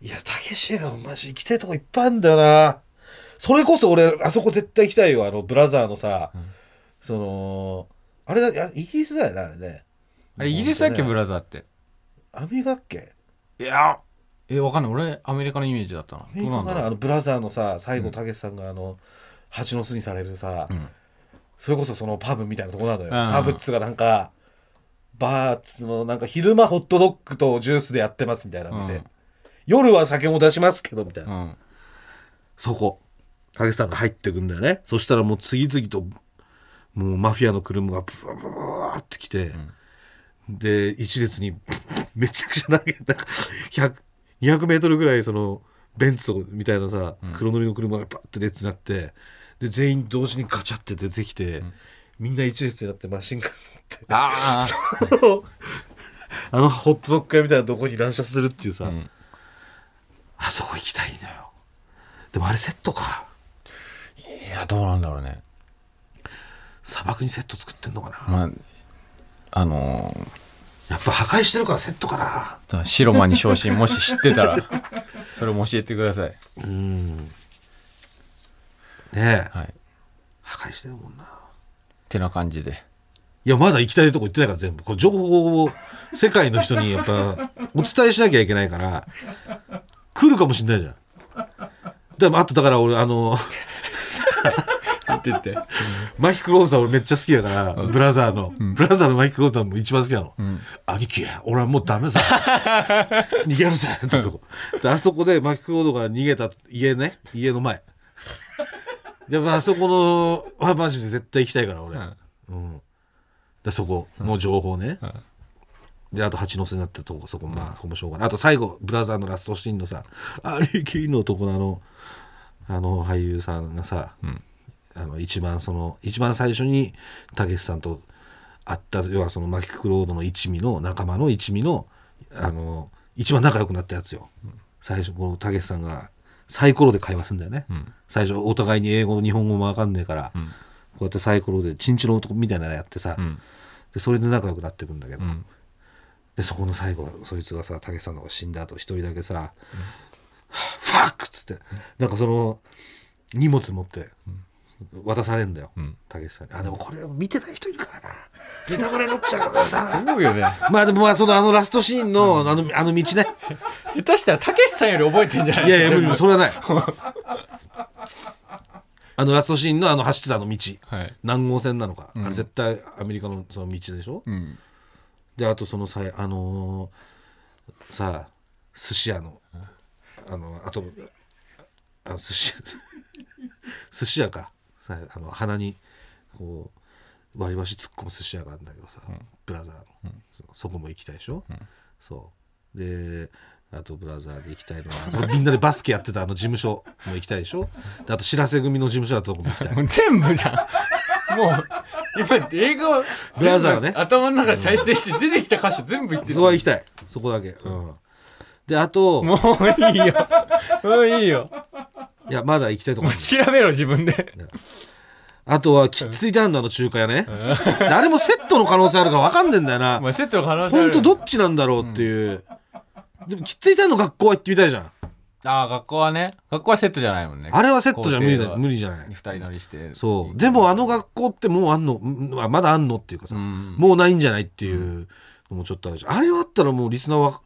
Speaker 5: いやたけしがマジ行きたいとこいっぱいあるんだよなそれこそ俺あそこ絶対行きたいよあのブラザーのさ、そのあれだあれイギリスだよねあれね
Speaker 3: あれイギリスだっけ
Speaker 5: ほん
Speaker 3: ブ
Speaker 5: とね
Speaker 3: ラザーって
Speaker 5: アメリカだっけ
Speaker 3: いやえわかんない俺アメリカのイメージだったな
Speaker 5: アメ
Speaker 3: どう
Speaker 5: リ
Speaker 3: な
Speaker 5: カ
Speaker 3: ん
Speaker 5: か
Speaker 3: だ
Speaker 5: な
Speaker 3: ろ
Speaker 5: あ
Speaker 3: う
Speaker 5: のブラザーのさ最後たけしさんがあの蜂の巣にされるさ、
Speaker 3: ん
Speaker 5: それこそそのパブみたいなとこなのよ、
Speaker 3: うん
Speaker 5: パブっつうかなんかバーっつうのなんか昼間ホットドッグとジュースでやってますみたいな店、
Speaker 3: うん
Speaker 5: 夜は酒も出しますけどみたいな、
Speaker 3: うん
Speaker 1: そこ武さんが入ってくんだよねそしたらもう次々ともうマフィアの車がブワブワブワって来て、で一列に めちゃくちゃ投げた200メートルぐらいそのベンツみたいなさ黒塗りの車がバッて列になってで全員同時にガチャって出てきて、みんな一列になってマシンガン
Speaker 3: ああ
Speaker 1: 持って あのホットドッグ屋みたいなとこに乱射するっていうさ、
Speaker 3: ん
Speaker 1: あそこ行きたいのよでもあれセットか
Speaker 3: いやどうなんだろうね
Speaker 1: 砂漠にセット作ってんのかな、
Speaker 3: まああのー
Speaker 1: やっぱ破壊してるからセットかな
Speaker 3: だから白間に昇進もし知ってた らそれも教えてください、
Speaker 1: うんねえ
Speaker 3: はい、っ
Speaker 1: 破壊してるもんな
Speaker 3: てな感じで
Speaker 1: いやまだ行きたいとこ行ってないから全部これ情報を世界の人にやっぱお伝えしなきゃいけないから来るかもしんないじゃんでもあとだから俺あの
Speaker 3: 言ってって
Speaker 1: マキクローザー俺めっちゃ好きだから、ブラザーの、ブラザーのマキクローザーも一番好きなの、兄貴俺はもうダメさ逃げるぜってとこであそこでマキクロードが逃げた家ね家の前でもあそこのはマジで絶対行きたいから俺、うんでそこの情報ね、であと蜂の巣になったとこそこまあそこもしょうがないあと最後ブラザーのラストシーンのさ兄貴のとこのあのあの俳優さんがさ、あの一番その一番最初にたけしさんと会った要はそのマキクロードの一味の仲間の一味のあの一番仲良くなったやつよ、最初このたけしさんがサイコロで会話するんだよね、最初お互いに英語日本語も分かんねえから、こうやってサイコロでチンチの男みたいなのやってさ、
Speaker 3: ん
Speaker 1: でそれで仲良くなってくんだけど、
Speaker 3: ん
Speaker 1: でそこの最後そいつがさたけしさんの方が死んだ後一人だけさ「ファック!」っつってなんかその荷物持って渡されんだよたけしさんにあでもこれ見てない人いるからなネタバレになっちゃうからな
Speaker 3: そうよね
Speaker 1: まあでもまあそのあのラストシーンのあのあの道ね
Speaker 3: 下手したらたけしさんより覚えてんじゃない
Speaker 1: いやいや無理無理それはない あのラストシーンのあの走ってたあの道
Speaker 3: はい
Speaker 1: 何号線なのか、あれ絶対アメリカのその道でしょ、
Speaker 3: ん
Speaker 1: であとそのさあのーさあ寿司屋のあのあとあの寿司寿司屋かさあの鼻にこう割り箸突っ込む寿司屋があるんだけどさ、ブラザーの、そそこも行きたいでしょ、そうであとブラザーで行きたいのはそのみんなでバスケやってたあの事務所も行きたいでしょであと知らせ組の事務所だったとこも行きたい
Speaker 3: もう全部じゃん今映画を
Speaker 1: ブラザーね
Speaker 3: 頭の中で再生して出てきた歌詞全部言って
Speaker 1: そこは行きたいそこだけうんであと
Speaker 3: もういいよもういいよ
Speaker 1: いやまだ行きたいと思
Speaker 3: も
Speaker 1: いうます
Speaker 3: 調べろ自分で
Speaker 1: あとはきっつい旦那の中華屋ね 誰もセットの可能性あるから分かんねえんだよな
Speaker 3: まあセットの可能性あ
Speaker 1: 本
Speaker 3: る
Speaker 1: 当どっちなんだろうっていう、でもきっついたの学校は行ってみたいじゃん
Speaker 3: ああ学校はね学校はセットじゃないもんね
Speaker 1: あれはセットじゃ無理
Speaker 3: 校
Speaker 1: だ
Speaker 3: 庭
Speaker 1: 無理じゃない
Speaker 3: 二人乗りして
Speaker 1: そうでもあの学校ってもうあんのんあまだあんのっていうかさ、
Speaker 3: ん
Speaker 1: もうないんじゃないっていうのもちょっとあるしあれはあったらもうリスナーは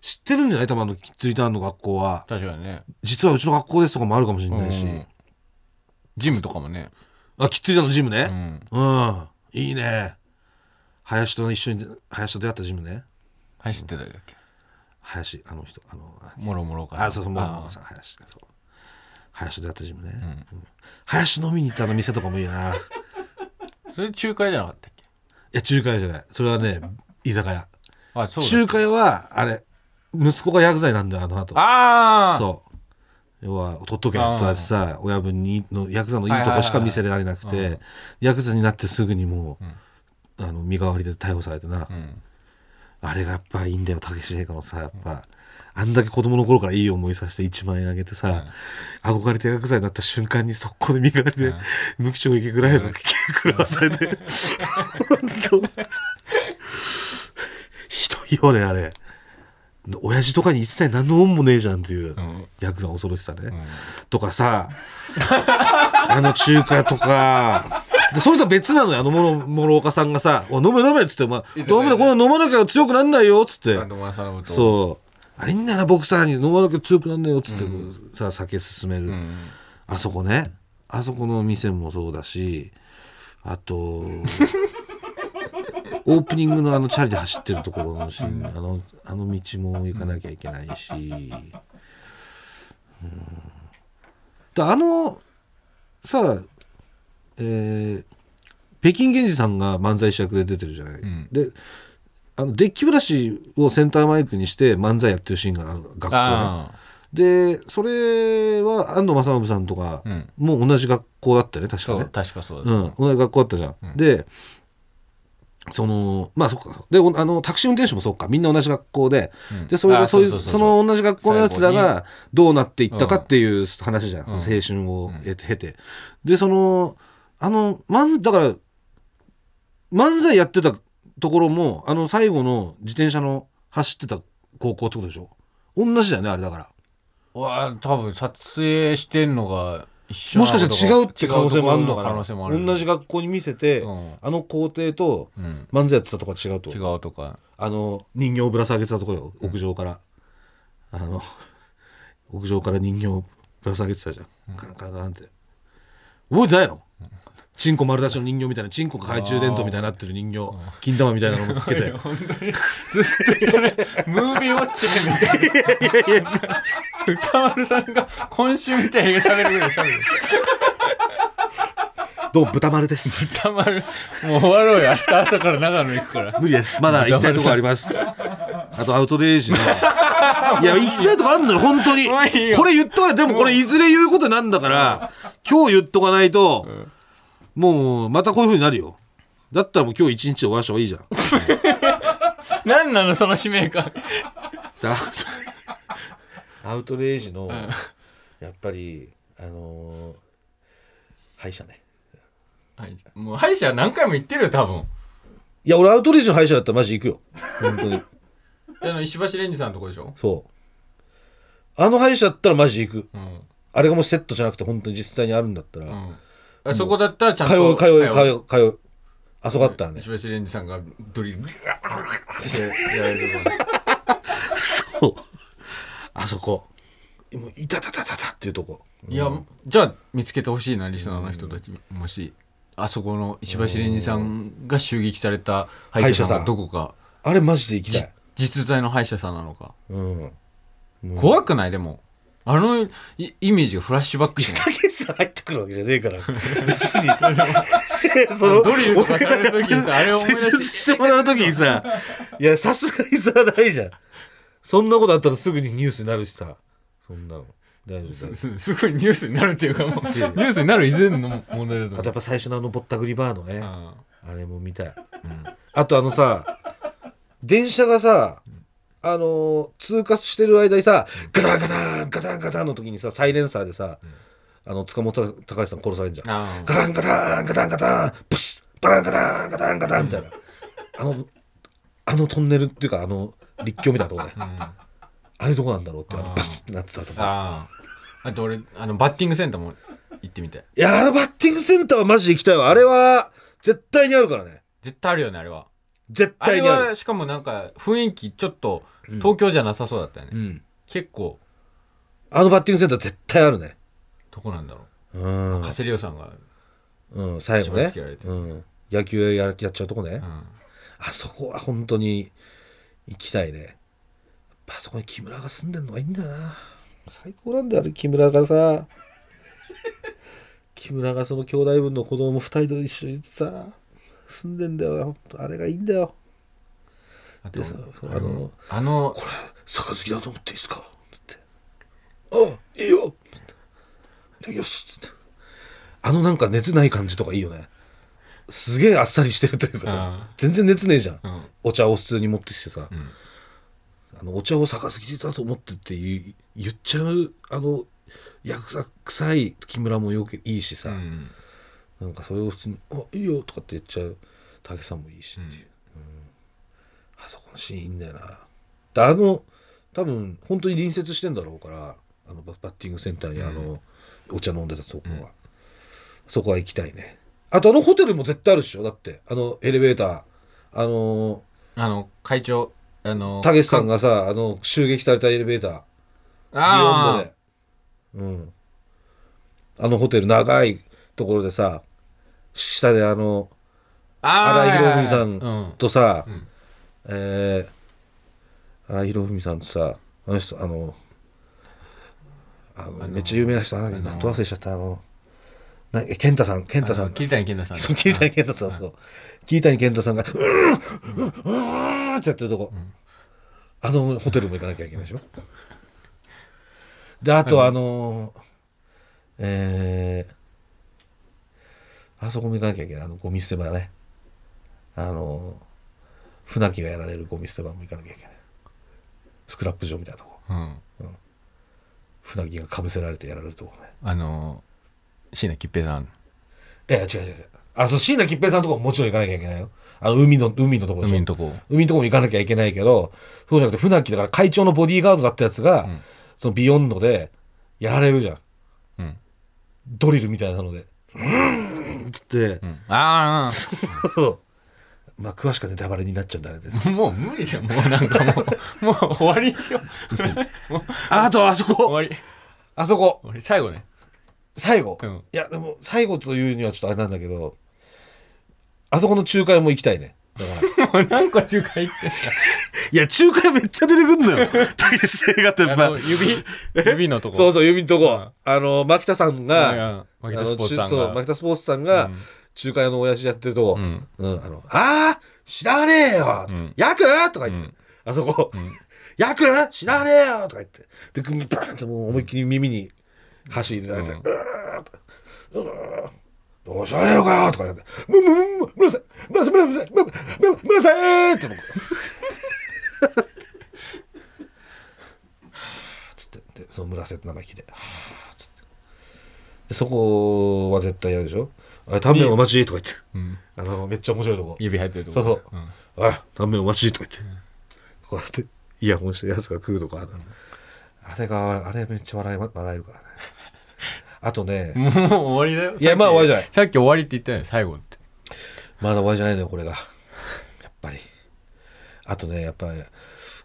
Speaker 1: 知ってるんじゃない多分あのきっついたの学校は
Speaker 3: 確かにね
Speaker 1: 実はうちの学校ですとかもあるかもしれないし、
Speaker 3: うんジムとかもね
Speaker 1: あきっついたのジムね
Speaker 3: うん
Speaker 1: うん、いいね林と一緒に林と出会ったジムね
Speaker 3: 走ってたりだっけ
Speaker 1: 林あの人あの
Speaker 3: もろもろか
Speaker 1: あ、そうそう、もう、もうさん、林。そう林と出会ったジムね。うん林飲みに行ったあの店とかもいいな。い
Speaker 3: それ仲介じゃなかったっけ
Speaker 1: や、中華屋じゃない。それはね、居酒屋。
Speaker 3: あそうだ
Speaker 1: 中華屋は、あれ、息子が薬剤なんだよ、あの後。
Speaker 3: ああ
Speaker 1: そう。要は、取っとけって言われてさ、親分に、のヤクザのいいとこしか見せられなくて、ヤクザになってすぐにもう、あの、身代わりで逮捕されてな。
Speaker 3: ん
Speaker 1: あれがやっぱいいんだよ、たけし映画のさ、やっぱ。あんだけ子供の頃からいい思いさせて1万円あげてさ、憧れて薬剤になった瞬間に速攻で身代わりで、無口を行けぐらいの気食らわされて、本当ひどいよね、あれ。親父とかに一切何の恩もねえじゃんっていう、ヤクザの恐ろしさね、とかさ あの中華とかでそれとは別なのよあのもろもろおかさんがさ「おい飲め飲め」っつって「お前飲めこの飲まなきゃ強くなんないよ」っつって
Speaker 3: あの噂のことう
Speaker 1: そうあれいいんだよなボクサーに飲まなきゃ強くなんないよっつって、さ酒進める、
Speaker 3: ん
Speaker 1: あそこねあそこの店もそうだしあ とオープニングのあのチャリで走ってるところのシーン、あのあの道も行かなきゃいけないし、うん、であのさあえー北京源氏さんが漫才師役で出てるじゃない、
Speaker 3: ん
Speaker 1: であのデッキブラシをセンターマイクにして漫才やってるシーンがあの学校で、
Speaker 3: あ
Speaker 1: でそれは安藤正信さんとか、
Speaker 3: あうん
Speaker 1: もう同じ学校だったよね確か
Speaker 3: そう
Speaker 1: ね
Speaker 3: 確かそう
Speaker 1: う、
Speaker 3: だ
Speaker 1: ん、同じ学校だったじゃん、でそのまあそっかでおあのタクシー運転手もそっかみんな同じ学校で、
Speaker 3: ん
Speaker 1: でそれ
Speaker 3: あ
Speaker 1: が
Speaker 3: ー
Speaker 1: そういう
Speaker 3: そうそ
Speaker 1: そ
Speaker 3: うそうそう
Speaker 1: の同じ学校のやつら
Speaker 3: 最
Speaker 1: がどうなっていったかっていう話じゃん、その青春を経て、経てでそのあのまんだから漫才やってたところもあの最後の自転車の走ってた高校ってことでしょ同じだよねあれだから
Speaker 3: うわ多分撮影してんのが一緒
Speaker 1: もしかしたら違うって可能性もあるのか
Speaker 3: 可能性もある
Speaker 1: な同じ学校に見せて、
Speaker 3: うん
Speaker 1: あの校庭と
Speaker 3: うん
Speaker 1: 漫才やってたとこは違うと
Speaker 3: 違うとか
Speaker 1: あの人形をぶら下げてたとこよ屋上から、あの 屋上から人形をぶら下げてたじゃん、カランカランカランって覚えてないの、チンコ丸出しの人形みたいなチンコが懐中電灯みたいになってる人形金玉みたいなのもつけ て
Speaker 3: 本当にずっとこれムービーウォッチみたいな歌丸さんが今週みたいに喋るぐらい喋る
Speaker 1: どうも豚丸です
Speaker 3: 歌丸もう終わろうよ明日朝から長野行くから
Speaker 1: 無理ですまだ行きたいとこありますあとアウトレイジのい や行きたいとこあんのよ本当に
Speaker 3: もういいよ
Speaker 1: これ言っとかないでもこれいずれ言うことになんだから今日言っとかないと、もうまたこういうふうになるよだったらもう今日一日で終わらした方がいい じゃん
Speaker 3: 何なのその使命感
Speaker 1: だアウトレイジのやっぱりあのー歯医者ね
Speaker 3: はいもう歯医者何回も言ってるよ多分
Speaker 1: いや俺アウトレイジの歯医者だったらマジ行くよ本当に
Speaker 3: あの石橋蓮司さんのとこでしょ、
Speaker 1: そうあの歯医者だったらマジ行く
Speaker 3: うん
Speaker 1: あれがもうセットじゃなくて本当に実際にあるんだったら、
Speaker 3: うんあ、そこだったらちゃん
Speaker 1: 通
Speaker 3: と
Speaker 1: う通う通
Speaker 3: 通う
Speaker 1: う通うあそこあったらね
Speaker 3: 石橋蓮司さんがドリル
Speaker 1: そうあそこもういたたたたたっていうとこ
Speaker 3: いや、じゃあ見つけてほしいなリスナーの人たちもしあそこの石橋蓮司さんが襲撃された歯医者さん
Speaker 1: 歯医者さん
Speaker 3: がどこか
Speaker 1: あれマジで行きたい、
Speaker 3: 実在の歯医者さんなのか、
Speaker 1: うん、
Speaker 3: 怖くないでもあのいイメージがフラッシュバックしない
Speaker 1: 竹内さん入ってくるわけじゃねえから別にそ
Speaker 3: あのドリルとかされる時にさあれを思い出
Speaker 1: 施術
Speaker 3: し
Speaker 1: してもらう時にさいやさすがにさないじゃんそんなことあったらすぐにニュースになるしさそんなの大丈夫です
Speaker 3: すすすぐにニュースになるっていうかもうニュースになる以前の問題だと
Speaker 1: あとやっぱ最初のあのぼったくりバーのねあ
Speaker 3: 思う
Speaker 1: れも見たい、あとあのさ電車がさあのー通過してる間にさガタンガタンガタンガタンの時にさサイレンサーでさ、あの塚本高橋さん殺されんじゃん
Speaker 3: あ
Speaker 1: ガタンガタンガタンガタンプスッバランガタンガタンガタンみたいな、あのあのトンネルっていうかあの立教みたいなとこね、あれどこなんだろうってあのバスってなってたとこ
Speaker 3: あああと俺あのバッティングセンターも行ってみたい
Speaker 1: いやあのバッティングセンターはマジで行きたいわあれは絶対にあるからね
Speaker 3: 絶対あるよねあれは
Speaker 1: 絶
Speaker 3: あれ
Speaker 1: 対にある
Speaker 3: はしかもなんか雰囲気ちょっと東京じゃなさそうだったよね、
Speaker 1: うん
Speaker 3: 結構
Speaker 1: あのバッティングセンター絶対あるね
Speaker 3: どこなんだろ
Speaker 1: うん
Speaker 3: うカセリオさんが、
Speaker 1: うん最後
Speaker 3: 縛り
Speaker 1: ね
Speaker 3: 付けられてる
Speaker 1: うん野球ややっちゃうとこね、
Speaker 3: うん
Speaker 1: あそこは本当に行きたいね。やっぱあそこに木村が住んでるのがいいんだよな。最高なんだよ、あれ木村が さ。木村がその兄弟分の子供2人と一緒にさ、住んでんだよ。ほんとあれがいいんだよ。
Speaker 3: あと
Speaker 1: でさ、そう
Speaker 3: あ
Speaker 1: あの
Speaker 3: の、あの
Speaker 1: これ、杯だと思っていいですかつって。ああ、いいよつっていただきますつって。あのなんか熱ない感じとかいいよね。すげえあっさりしてるというか
Speaker 3: あ
Speaker 1: さ、全然熱ねえじゃん。
Speaker 3: うん
Speaker 1: お茶を普通に持ってきてさ、あのお茶を杯だと思ってって言う言っちゃう、あの、やくさ臭い木村もよくいいしさ、
Speaker 3: うん
Speaker 1: なんかそれを普通に「あいいよ」とかって言っちゃう武さんもいいしっていう、うんあそこのシーンいいんだよなであの多分本当に隣接してんだろうからあのババッティングセンターにあの、お茶飲んでたとこは、そこは行きたいねあとあのホテルも絶対あるっしょだってあのエレベーターあの
Speaker 3: あの会長あの
Speaker 1: たけしさんがさあの襲撃されたエレベーター
Speaker 3: ああ
Speaker 1: リヨンドで、うん、あのホテル長いところでさ下であの
Speaker 3: あ
Speaker 1: 荒井博文
Speaker 3: あ
Speaker 1: さ
Speaker 3: うん
Speaker 1: とさ、えー荒井博文さんとさあの人あのあのめっちゃ有名な人なんだけどど忘れしちゃったあのな健太さん健太さ
Speaker 3: あの
Speaker 1: ん
Speaker 3: 桐谷健太さん
Speaker 1: そう桐谷健太さんそう桐谷健太さんが「うーんうーん」ってやってるとこ、あのホテルも行かなきゃいけないでしょであとあのーえーあそこも行かなきゃいけないあのゴミ捨て場ねあのー船木がやられるゴミ捨て場も行かなきゃいけないスクラップ場みたいなとこ
Speaker 3: うん
Speaker 1: 船木がかぶせられてやられるとこね
Speaker 3: あの椎名桔平さん
Speaker 1: いや違う違う違うあそう椎名桔平さんのとこももちろん行かなきゃいけないよあの海の海のとこでしょ
Speaker 3: 海のとこ
Speaker 1: 海のとこも行かなきゃいけないけど、そうじゃなくて、船木だから会長のボディーガードだったやつが、そのビヨンドでやられるじゃん。
Speaker 3: うん
Speaker 1: ドリルみたいなので。うーんっ つって、
Speaker 3: ああ
Speaker 1: そうまあ、詳しくはネタバレになっちゃうんであれです。
Speaker 3: もう無理だよもうなんかもうもう終わりにしようもう
Speaker 1: あと、あそ
Speaker 3: 終
Speaker 1: こ、
Speaker 3: わり
Speaker 1: あそこ、
Speaker 3: 俺最後ね
Speaker 1: 最後。
Speaker 3: うん
Speaker 1: いや、でも、最後というにはちょっとあれなんだけど、あそこの仲介も行きたいね。だから。
Speaker 3: もう何個中華 行ってん
Speaker 6: いや中華めっちゃ出てくんのよ大して映画ってやっ
Speaker 3: だあ
Speaker 6: ぱ
Speaker 3: の指指のとこ
Speaker 1: そう
Speaker 3: う
Speaker 1: そう、指のと
Speaker 3: う
Speaker 1: こ
Speaker 3: ん。
Speaker 1: あの、牧田さん
Speaker 3: い
Speaker 1: が、
Speaker 3: やマキタスポーツさ
Speaker 1: あのちゅそうん牧
Speaker 3: が
Speaker 1: 田スポーツさんが、中華屋の親父やってるとこ、うんんあのあー知らねえよ、ヤクとか言って、あそこ、ヤク知らねえよとか言ってでグミバーンってもう思いっきり耳に箸入れられて、うーっとうーっとどうしゃれるかよとか言って「むむむむむらさいむらさいむらさいむむむらさい」ってとこつってでその「むらせ」って生意気ではーっつって。でそこは絶対やるでしょあれ、タンメンお待ちとか言って。あの、めっちゃ面白いとこ。
Speaker 3: 指入ってると
Speaker 1: そ
Speaker 3: こ
Speaker 1: うそう。
Speaker 3: ん
Speaker 1: あ、タンメンお待ちとか言って。こうやって、イヤホンしてやつが食うとか。あれが、あれめっちゃ笑えま笑えるからね。あとね、
Speaker 3: もう終わりだよ。
Speaker 1: いやまあ終わりじゃない
Speaker 3: さっき終わりって言ったよね、最後って。
Speaker 1: まだ終わりじゃないのよ、これが。やっぱり。あとね、やっぱり、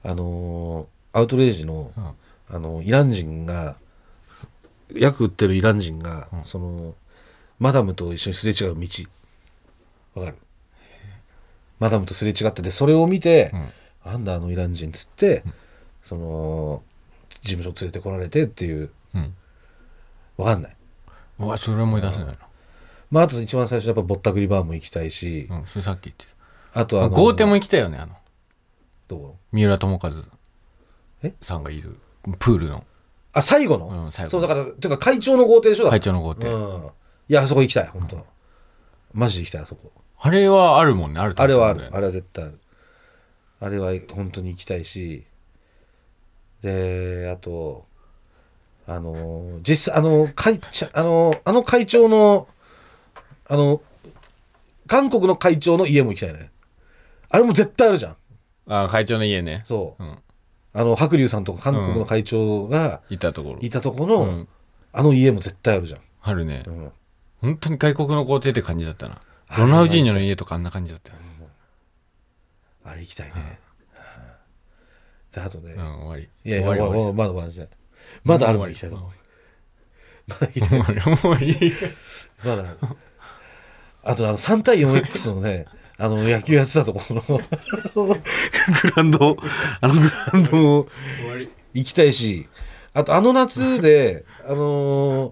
Speaker 1: あのーアウトレイジの、
Speaker 3: ん
Speaker 1: あの、イラン人が、薬売ってるイラン人が、その、マダムと一緒にすれ違う道。わかるマダムとすれ違ってて、それを見て、なんだあのイラン人っつって、その、事務所連れてこられてっていう、
Speaker 3: うん。
Speaker 1: わかんない。
Speaker 3: うわ、それ思い出せない
Speaker 1: まあ、あと一番最初やっぱぼったくりバーも行きたいし、
Speaker 3: な。うん、それさっき言って
Speaker 1: あと
Speaker 3: た。
Speaker 1: あの、
Speaker 3: 豪邸も行きたいよね、あの、
Speaker 1: どこ
Speaker 3: 三浦友和
Speaker 1: え
Speaker 3: さんがいる、プールの。
Speaker 1: あ最後の、
Speaker 3: うん最後
Speaker 1: そうだからていうか会長の豪邸でしょだから
Speaker 3: 会長の豪邸
Speaker 1: うん、いやあそこ行きたい本当、マジで行きたいあそこ
Speaker 3: あれはあるもんねあると
Speaker 1: あ
Speaker 3: 思
Speaker 1: れ
Speaker 3: う
Speaker 1: はあ
Speaker 3: んだ
Speaker 1: る
Speaker 3: よね
Speaker 1: あれは絶対あるあれは本当に行きたいしであとあの実際あの会長あのあの会長のあの韓国の会長の家も行きたいねあれも絶対あるじゃん
Speaker 3: あ会長の家ね
Speaker 1: そう、
Speaker 3: うん
Speaker 1: あの白龍さんとか韓国の会長が
Speaker 3: いたところ
Speaker 1: いたとこの、
Speaker 3: うん
Speaker 1: あの家も絶対あるじゃん、
Speaker 3: あるね
Speaker 1: うん
Speaker 3: 本当に外国の豪邸って感じだったなロナウジーニョの家とかあんな感じだったよね
Speaker 1: あれ行きたいね、であとね、
Speaker 3: うん終わり
Speaker 1: いやいや、
Speaker 3: 終わり終わ
Speaker 1: まだまだまだまだあるまで行きたいと思う。まだ行きたい。
Speaker 3: り終わりもういい
Speaker 1: まだある。あと、あの、3対 4X のね、あの、野球やってたところ のグラウンド、あのグラウンドも
Speaker 7: 終わり
Speaker 1: 行きたいし、あと、あの夏 で、あのー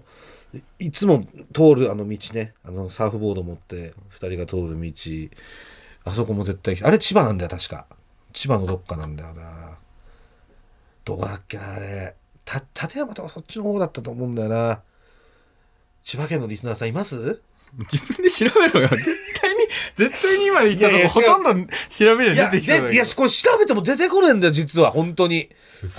Speaker 1: いつも通るあの道ね、あの、サーフボード持って、2人が通る道、あそこも絶対行きたい。あれ、千葉なんだよ、確か。千葉のどっかなんだよな。どこだっけなあれた立山とかそっちの方だったと思うんだよな千葉県のリスナーさんいます
Speaker 3: 自分で調べろよ絶対に絶対に今言った
Speaker 1: いやいや
Speaker 3: とこほとんど調べり
Speaker 1: い
Speaker 3: ゃ
Speaker 1: や
Speaker 3: 出て
Speaker 1: で
Speaker 3: きそうだけ
Speaker 1: いや
Speaker 3: ど
Speaker 1: これ調べても出てこねえんだよ実は本当に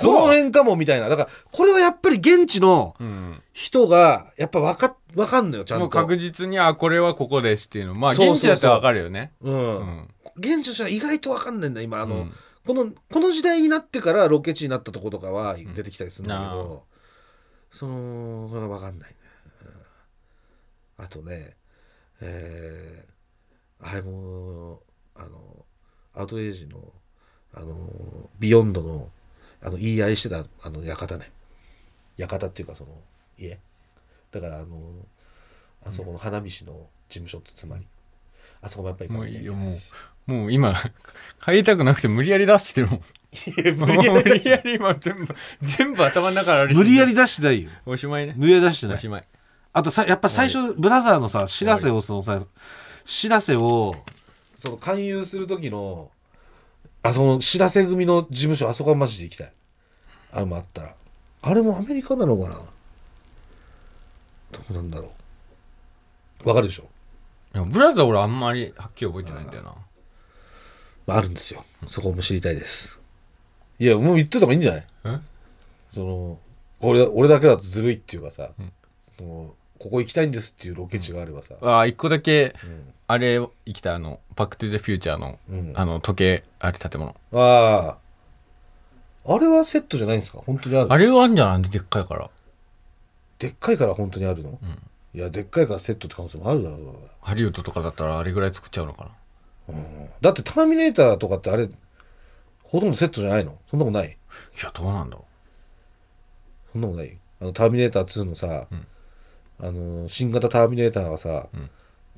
Speaker 1: この辺かもみたいなだからこれはやっぱり現地の
Speaker 3: うん
Speaker 1: 人がやっぱ分か分かんのよちゃ
Speaker 3: も
Speaker 1: ん
Speaker 3: う確
Speaker 1: と
Speaker 3: 実にあこれはここですっていうのまあ
Speaker 1: そうそうそう
Speaker 3: 現地だったらわかるよね
Speaker 1: うん、
Speaker 3: うん
Speaker 1: 現地の人は意外と分かんないんだ今あの、
Speaker 3: うん
Speaker 1: このこの時代になってからロケ地になったとことかは出てきたりするんだけ
Speaker 3: うんな
Speaker 1: ど、そのそれは分かんないね、うんあとねえーあれもあのアウトレイジのあのビヨンドのあの言い合いしてたあの館ね館っていうかその家だからあのあそこの花火師の事務所ってつまり、あそこもやっぱり行かなきゃいけ
Speaker 3: もういいよも
Speaker 1: な
Speaker 3: う
Speaker 1: いし
Speaker 3: もう今帰りたくなくて無理やり出してるもん
Speaker 1: いや無理や
Speaker 3: もう
Speaker 1: り
Speaker 3: 無理やり今全部全部頭の中からあ
Speaker 8: 無理やり出してないよ
Speaker 3: おしまいね
Speaker 8: 無理やり出してな
Speaker 3: お
Speaker 8: い
Speaker 3: しまい
Speaker 8: あとさやっぱ最初ブラザーのさ知らせをそのさ知らせを
Speaker 1: その勧誘する時のあその知らせ組の事務所あそこはマジで行きたいあれもあったらあれもアメリカなのかなどうなんだろうわかるでしょ
Speaker 3: いやブラザー俺あんまりはっきり覚えてないんだよな
Speaker 1: まああるんですよそこも知りたいですいやもう言ってた方がいいんじゃない
Speaker 3: え
Speaker 1: その俺俺だけだとずるいっていうかさ、
Speaker 3: ん
Speaker 1: そのここ行きたいんですっていうロケ地があればさ、
Speaker 3: ああ一個だけ
Speaker 1: うん
Speaker 3: あれ生きたあのバック・トゥ・ザ・フューチャーの
Speaker 1: うん
Speaker 3: あの時計あれ建物
Speaker 1: あああれはセットじゃないんですか本当にある
Speaker 3: あれはあんじゃないでっかいから
Speaker 1: でっかいから本当にあるの、いやでっかいからセットって可能性もあるだろうな
Speaker 3: ハリウッドとかだったらあれぐらい作っちゃうのかな
Speaker 1: だって「ターミネーター」とかってあれほとんどセットじゃないのそんなことない
Speaker 3: いやどうなんだろ
Speaker 1: そんなことないあの「ターミネーター2」のさ、
Speaker 3: うん
Speaker 1: あの新型ターミネーターがさ、
Speaker 3: ん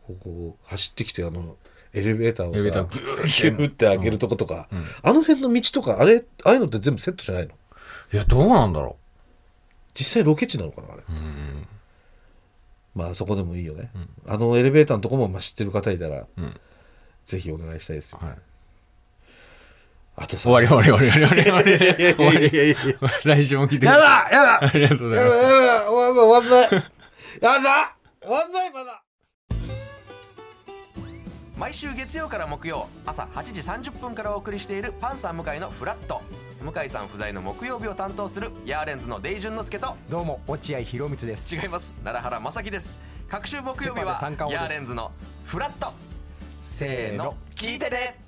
Speaker 1: ここ走ってきてあのエレベーターを
Speaker 3: エレベータ
Speaker 1: さ
Speaker 3: ー
Speaker 1: ギューギューって開けるとことか、
Speaker 3: うんうん
Speaker 1: あの辺の道とかあれああいうのって全部セットじゃないの
Speaker 3: ういやどうなんだろ
Speaker 1: 実際ロケ地なのかなあれ
Speaker 3: ううん
Speaker 1: まあそこでもいいよね、あのエレベーターのとこもまあ知ってる方いたら、
Speaker 3: うん
Speaker 1: ぜひお願いしたいですよ、
Speaker 3: はい
Speaker 1: あとさ
Speaker 3: 終わり終わり終わり終わり終わり終わり終わり
Speaker 1: いやいや
Speaker 3: 来週も聞いてくだ
Speaker 8: や
Speaker 3: さい
Speaker 8: だやだ
Speaker 3: ありがとうございます
Speaker 1: やばいやばい終わんないやだ終わんないまだ
Speaker 9: 毎週月曜から木曜朝8時30分からお送りしているパンサー向井のフラット向井さん不在の木曜日を担当するヤーレンズのデイジュンの之介と
Speaker 10: どうも落合博満です
Speaker 9: 違います奈良原正樹です各週木曜日は
Speaker 10: セパで三冠王
Speaker 9: ヤー
Speaker 10: です
Speaker 9: レンズのフラット
Speaker 10: せ
Speaker 9: せーの聞いてね